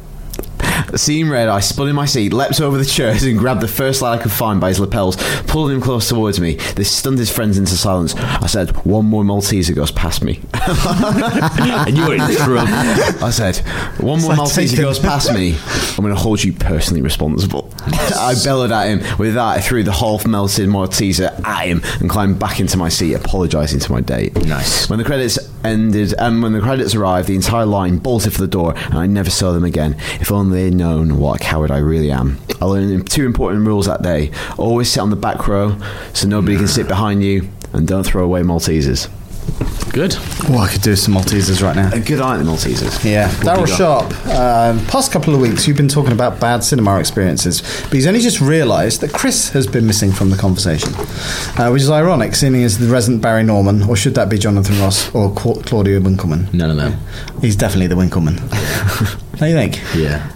Speaker 2: The scene read, I spun in my seat, leapt over the chairs, and grabbed the first lad I could find by his lapels, pulling him close towards me. This stunned his friends into silence. I said, One more Malteser goes past me.
Speaker 1: and you were in trouble.
Speaker 2: [LAUGHS]
Speaker 3: [LAUGHS]
Speaker 2: I said, one more
Speaker 3: like
Speaker 2: Malteser
Speaker 3: taking-
Speaker 2: goes past me, [LAUGHS] I'm going to hold you personally responsible. I bellowed at him. With that, I threw the half melted Malteser at him and climbed back into my seat, apologising to my date.
Speaker 1: Nice.
Speaker 2: When the credits ended, and when the credits arrived, the entire line bolted for the door, and I never saw them again. If only they'd known what a coward I really am. I learned two important rules that day always sit on the back row so nobody can sit behind you, and don't throw away Maltesers.
Speaker 1: Good.
Speaker 3: Oh, I could do some Maltesers right now.
Speaker 2: Uh, Good aren't the Maltesers?
Speaker 3: Yeah,
Speaker 2: you
Speaker 3: Daryl Sharp. Um, past couple of weeks, you've been talking about bad cinema experiences, but he's only just realised that Chris has been missing from the conversation, uh, which is ironic, seeing as the resident Barry Norman, or should that be Jonathan Ross or Cla- Claudia Winkleman?
Speaker 1: None of them.
Speaker 3: He's definitely the Winkleman. [LAUGHS] Don't you think?
Speaker 1: Yeah.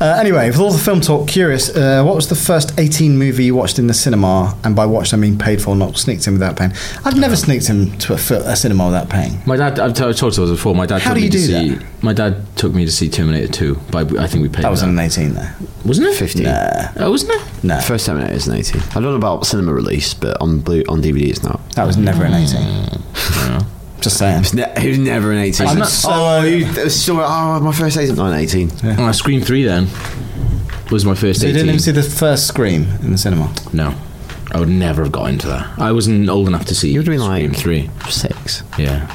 Speaker 3: Uh, anyway, with all the film talk, curious, uh, what was the first 18 movie you watched in the cinema? And by watched, I mean paid for, not sneaked in without paying. I've never sneaked in to a, fil- a cinema without paying.
Speaker 1: My dad. I've, t- I've talked to us before. My dad.
Speaker 3: How
Speaker 1: took
Speaker 3: do
Speaker 1: me
Speaker 3: you
Speaker 1: to
Speaker 3: do
Speaker 1: see, My dad took me to see Terminator Two. But I I think we paid.
Speaker 3: That was
Speaker 1: for
Speaker 3: on an 18 there. Uh,
Speaker 1: Wasn't it
Speaker 2: 50.
Speaker 1: Oh, wasn't it?
Speaker 3: No,
Speaker 2: First time it is an 18. I don't know about cinema release, but on blue, on DVD it's not.
Speaker 3: that was never an 18. Just saying.
Speaker 2: It's ne- it was never an 18.
Speaker 1: I'm
Speaker 2: It's
Speaker 1: not-
Speaker 2: so- oh, you, it was so- oh, my first 18. Not an 18.
Speaker 1: Oh, Scream Three then was my first.
Speaker 3: So you
Speaker 1: 18.
Speaker 3: didn't even see the first Scream in the cinema.
Speaker 1: No, I would never have got into that. I wasn't old enough to see.
Speaker 2: You would've been
Speaker 1: Scream
Speaker 2: like-
Speaker 1: Three.
Speaker 2: Six.
Speaker 1: Yeah.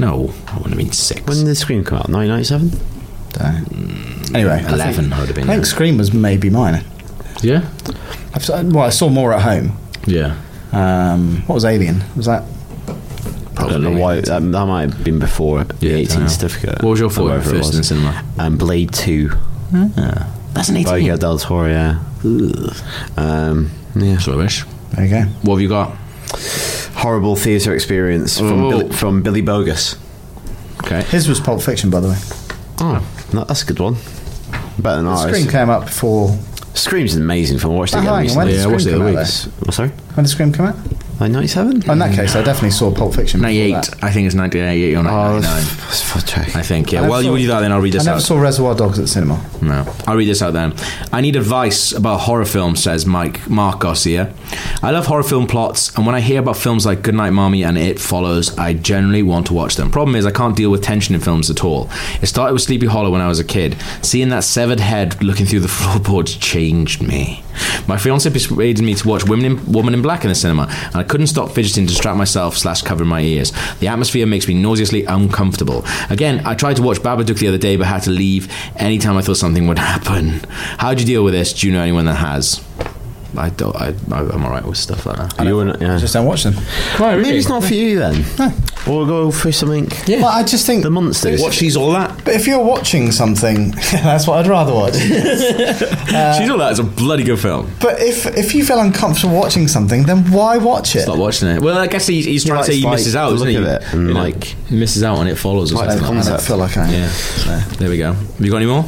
Speaker 1: No, I wouldn't have been six.
Speaker 2: When did the Scream come out? 1997?
Speaker 3: Don't. Anyway, I think-
Speaker 1: Mm, Eleven. I would have
Speaker 3: I
Speaker 1: been.
Speaker 3: think Scream was maybe mine.
Speaker 1: Yeah.
Speaker 3: I've, s- well, I saw more at home.
Speaker 1: Yeah.
Speaker 3: Um, what was Alien? Was that?
Speaker 2: I don't know why. That, that might have been before the
Speaker 1: Yeah,
Speaker 2: 18
Speaker 1: dunno.
Speaker 2: certificate.
Speaker 1: What was your
Speaker 2: Or whatever
Speaker 1: first
Speaker 2: it
Speaker 1: first in the
Speaker 2: was.
Speaker 1: cinema?
Speaker 2: Um, Blade 2.
Speaker 1: That's an
Speaker 2: By Guillermo del Toro, yeah. Um, yeah.
Speaker 1: That's rubbish.
Speaker 3: There you go.
Speaker 1: What have you got?
Speaker 2: Horrible theatre experience from,
Speaker 1: Oh.
Speaker 2: Billy, from Billy Bogus.
Speaker 1: Okay.
Speaker 3: His was Pulp Fiction, by the way.
Speaker 2: Oh, no, that's a good one.
Speaker 1: Oh,
Speaker 2: Better than ours.
Speaker 3: Scream came out before.
Speaker 2: Scream's an amazing film. I watched it
Speaker 3: Oh,
Speaker 2: again
Speaker 3: hang on,
Speaker 2: recently.
Speaker 3: when did
Speaker 1: Yeah, I watched
Speaker 3: Scream
Speaker 1: it the
Speaker 3: come
Speaker 1: other
Speaker 3: out?
Speaker 1: week.
Speaker 3: though?
Speaker 2: Oh, sorry?
Speaker 3: When did Scream come out?
Speaker 2: I
Speaker 3: Oh,
Speaker 2: Like 97?
Speaker 3: In that case, I definitely saw Pulp Fiction. before
Speaker 1: 98.
Speaker 3: that.
Speaker 1: I think it's 1988 or
Speaker 2: Oh,
Speaker 1: 1999.
Speaker 2: that's for check.
Speaker 1: I think, yeah.
Speaker 3: never
Speaker 1: Well, you
Speaker 3: saw-
Speaker 1: do that, then I'll read
Speaker 3: I
Speaker 1: this
Speaker 3: never
Speaker 1: out.
Speaker 3: saw Reservoir Dogs at cinema.
Speaker 1: No. I'll read this out then. I need advice about horror films, says Mike Mark Garcia. I love horror film plots, and when I hear about films like Goodnight Mommy and It Follows, I generally want to watch them. Problem is, I can't deal with tension in films at all. It started with Sleepy Hollow when I was a kid. Seeing that severed head looking through the [LAUGHS] floorboards changed me. My fiance persuaded me to watch Women in, Woman in Black in the cinema, and I couldn't stop fidgeting to distract myself slash cover my ears. The atmosphere makes me nauseously uncomfortable. Again, I tried to watch Babadook the other day, but had to leave anytime I thought something would [LAUGHS] happen. How do you deal with this? Do you know anyone that has? I don't. I, I, I'm alright with stuff like that.
Speaker 2: You wouldn't, yeah.
Speaker 3: I just don't watch them.
Speaker 1: Oh,
Speaker 2: Maybe it's not for you then. We'll go for something.
Speaker 3: But I just think
Speaker 2: The monsters.
Speaker 1: she's all that.
Speaker 3: But if you're watching something, [LAUGHS] that's what I'd rather watch.
Speaker 2: Uh,
Speaker 1: she's all that. It's a bloody good film.
Speaker 3: but if if you feel uncomfortable watching something, then why watch it?
Speaker 1: Stop watching it. Well, I guess he's, he's trying
Speaker 2: like,
Speaker 1: to say he
Speaker 2: like,
Speaker 1: misses out,
Speaker 2: the
Speaker 1: isn't
Speaker 2: look
Speaker 1: he?
Speaker 2: of it, Mm. and
Speaker 1: You know,
Speaker 2: like-
Speaker 1: he misses out on it follows or
Speaker 3: I
Speaker 1: something.
Speaker 3: don't, I
Speaker 1: Like that.
Speaker 3: don't feel like I.
Speaker 1: Yeah. There we go. Have you got any more?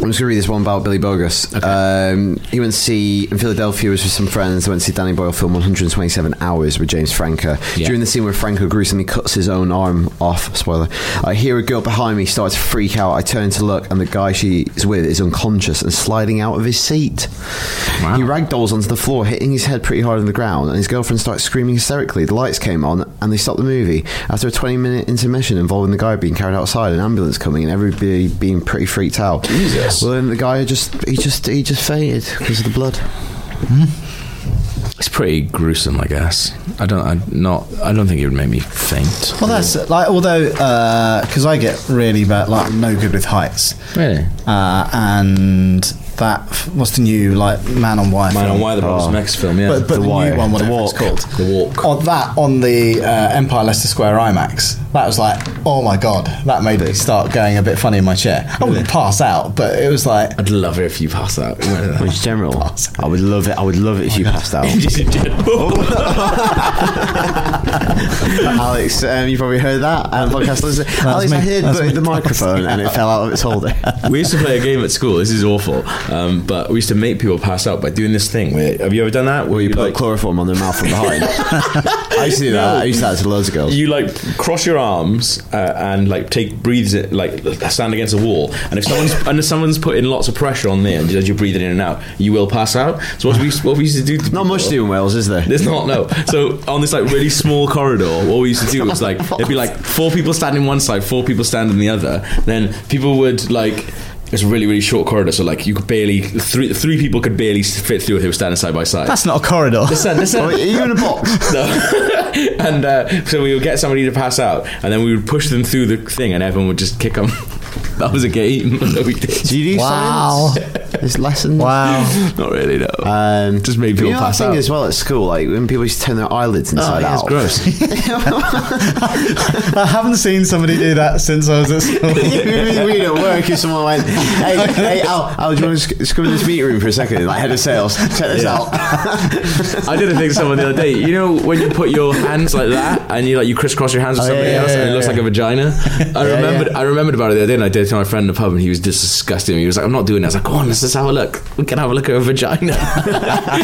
Speaker 2: I'm just going to read this one about Billy Bogus. Um, he went to see in Philadelphia was with some friends. They went to see Danny Boyle film 127 Hours with James Franco.
Speaker 1: Yeah.
Speaker 2: During the scene where Franco gruesomely cuts his own arm off, spoiler, I hear a girl behind me start to freak out. I turn to look, and the guy she's with is unconscious and sliding out of his seat.
Speaker 1: Wow.
Speaker 2: He ragdolls onto the floor, hitting his head pretty hard on the ground, and his girlfriend starts screaming hysterically. The lights came on, and they stopped the movie. After a 20 minute intermission involving the guy being carried outside, an ambulance coming, and everybody being pretty freaked out.
Speaker 1: Jesus.
Speaker 2: Well, then the guy just he just he just fainted because of the blood.
Speaker 1: It's pretty gruesome, I guess. I don't. I not. I don't think it would make me faint.
Speaker 3: Well, that's like although because I get really bad, like no good with heights,
Speaker 1: Really?
Speaker 3: uh, and that what's the new like man on wire?
Speaker 1: Man
Speaker 3: film?
Speaker 1: on Wire, the Robert Zemeckis film, yeah.
Speaker 3: But, but the,
Speaker 2: Wire.
Speaker 3: new one, whatever
Speaker 2: The
Speaker 3: it's called,
Speaker 1: The Walk.
Speaker 3: On that on the uh, Empire Leicester Square IMAX, that was like, oh my god, that made me start going a bit funny in my chair. I wouldn't pass out, but it was like
Speaker 1: I'd love it if you passed out. [LAUGHS]
Speaker 2: Which general, I would love it. I would love it
Speaker 1: Oh
Speaker 2: if you passed out. Alex, um, you probably heard that.
Speaker 3: [LAUGHS]
Speaker 2: Um, podcast listener. Alex,
Speaker 3: me.
Speaker 2: I heard
Speaker 3: That's me.
Speaker 2: the microphone and it fell out of its
Speaker 3: [LAUGHS]
Speaker 2: holder.
Speaker 1: we used to play a game at school. This is awful. Um, but we used to make people pass out by doing this thing. Where have you ever done that? Where
Speaker 2: Well, you
Speaker 1: you
Speaker 2: put
Speaker 1: like
Speaker 2: chloroform on their mouth from
Speaker 3: [LAUGHS]
Speaker 2: behind. I used to do that. I used to do that to loads of girls.
Speaker 1: you like cross your arms uh, and like take breathes it like stand against a wall. And if someone's and if someone's putting lots of pressure on there, and as you're breathing in and out, you will pass out. So what we what we used to do? To
Speaker 2: Not much to
Speaker 1: people-
Speaker 2: do in Wales, is there?
Speaker 1: There's not no. So on this like really small corridor, what we used to do was
Speaker 2: [LAUGHS]
Speaker 1: like it'd be like four people standing one side, four people standing the other. Then people would like. It's a really, really short corridor, so like you could barely three three people could barely fit through if they were standing side by side.
Speaker 3: that's not a corridor.
Speaker 1: listen, listen.
Speaker 2: Are you in a box?
Speaker 1: [LAUGHS] No. and uh, so we would get somebody to pass out, and then we would push them through the thing, and everyone would just kick them. [LAUGHS] that was a game [LAUGHS] that we did.
Speaker 2: [LAUGHS] Do you do
Speaker 3: Wow.
Speaker 2: science? There's lessons.
Speaker 3: [LAUGHS] Wow.
Speaker 1: Not really, no.
Speaker 2: Um,
Speaker 1: Just made
Speaker 2: but
Speaker 1: people
Speaker 2: you know that
Speaker 1: pass
Speaker 2: thing
Speaker 1: out.
Speaker 2: as well at school, like when people used to turn their eyelids
Speaker 3: Oh,
Speaker 2: inside
Speaker 1: yeah, it's
Speaker 2: out. [LAUGHS]
Speaker 1: gross.
Speaker 3: I haven't seen somebody do that since I was at [LAUGHS]
Speaker 2: It'd
Speaker 3: school.
Speaker 2: be really weird at work if someone went, "Hey, hey, Al, Al, do you want to just come in this meeting room for a second? Like head of sales, check this out."
Speaker 1: I did a thing to someone the other day. You know when you put your hands like that and you like you crisscross your hands with
Speaker 3: Oh,
Speaker 1: somebody
Speaker 3: yeah,
Speaker 1: else
Speaker 3: yeah,
Speaker 1: and it
Speaker 3: yeah,
Speaker 1: looks
Speaker 3: yeah.
Speaker 1: like a
Speaker 2: [LAUGHS]
Speaker 1: vagina. I remembered I remembered about it the other day and I did it to my friend in the pub and he was just disgusted. He was like, I'm not doing that. I was like, Go on, let's just have a look. We can have a look at a vagina. [LAUGHS] and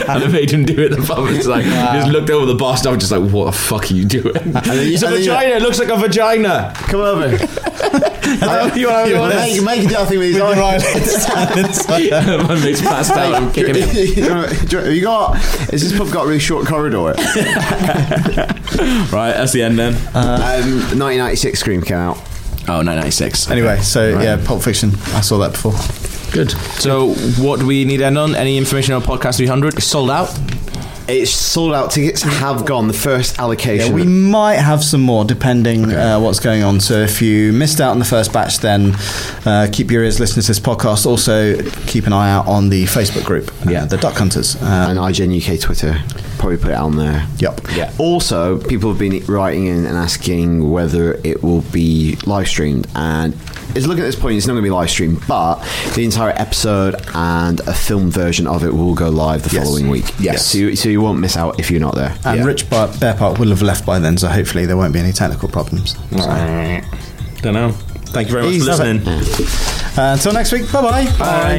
Speaker 1: I made him do it in the pub. It's like just looked over the bar stuff just like, What the fuck are you doing?
Speaker 2: you-
Speaker 1: it's a
Speaker 2: [LAUGHS] and then you-
Speaker 1: vagina, it looks like a
Speaker 2: [LAUGHS]
Speaker 1: vagina.
Speaker 2: Come
Speaker 3: [LAUGHS]
Speaker 2: over.
Speaker 1: you wanna have
Speaker 2: [LAUGHS] You
Speaker 1: one of
Speaker 2: wanna
Speaker 1: these?
Speaker 2: make, make it do that thing with his
Speaker 3: Your
Speaker 2: eyelids.
Speaker 3: eyelids stand [LAUGHS] inside.
Speaker 1: [LAUGHS]
Speaker 2: [LAUGHS]
Speaker 1: my mate's passed out, I'm kicking him.
Speaker 2: Have Um, you got? Has this pub got a really short corridor?
Speaker 1: Right, that's the end then.
Speaker 3: Uh,
Speaker 2: um, 1996 Scream came out.
Speaker 1: Oh, 996.
Speaker 3: Anyway, so yeah, Pulp Fiction. I saw that before.
Speaker 1: Good. So, what do we need to end on? Any information on Podcast 300? It's sold out.
Speaker 2: It's sold out. Tickets have gone. The first allocation.
Speaker 3: Yeah, we might have some more depending uh, what's going on. So if you missed out on the first batch, then uh, keep your ears listening to this podcast. Also, keep an eye out on the Facebook group. uh,
Speaker 1: Yeah.
Speaker 3: the Duck Hunters. Uh,
Speaker 2: and IGN UK Twitter probably put it on there.
Speaker 3: yep.
Speaker 1: Yeah.
Speaker 2: Also, people have been writing in and asking whether it will be live streamed. And it's looking at this point, it's not going to be live streamed, but the entire episode and a film version of it will go live the
Speaker 3: Yes. Uh,
Speaker 2: following week.
Speaker 1: Yes.
Speaker 2: So you, so you won't miss out if you're not there.
Speaker 3: And
Speaker 1: Yeah.
Speaker 3: Rich Bar- Bear Park will have left by then, so hopefully there won't be any technical problems.
Speaker 1: Don't know. Thank you very much
Speaker 3: He's
Speaker 1: for listening.
Speaker 3: Uh, until next week, bye-bye.
Speaker 1: Bye.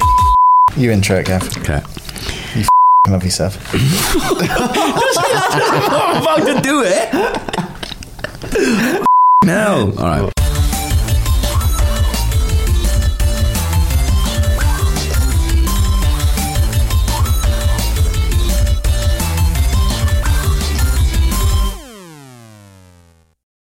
Speaker 3: You intro it, Gav.
Speaker 1: Okay.
Speaker 3: Love yourself. I'm about to do it. no. All right.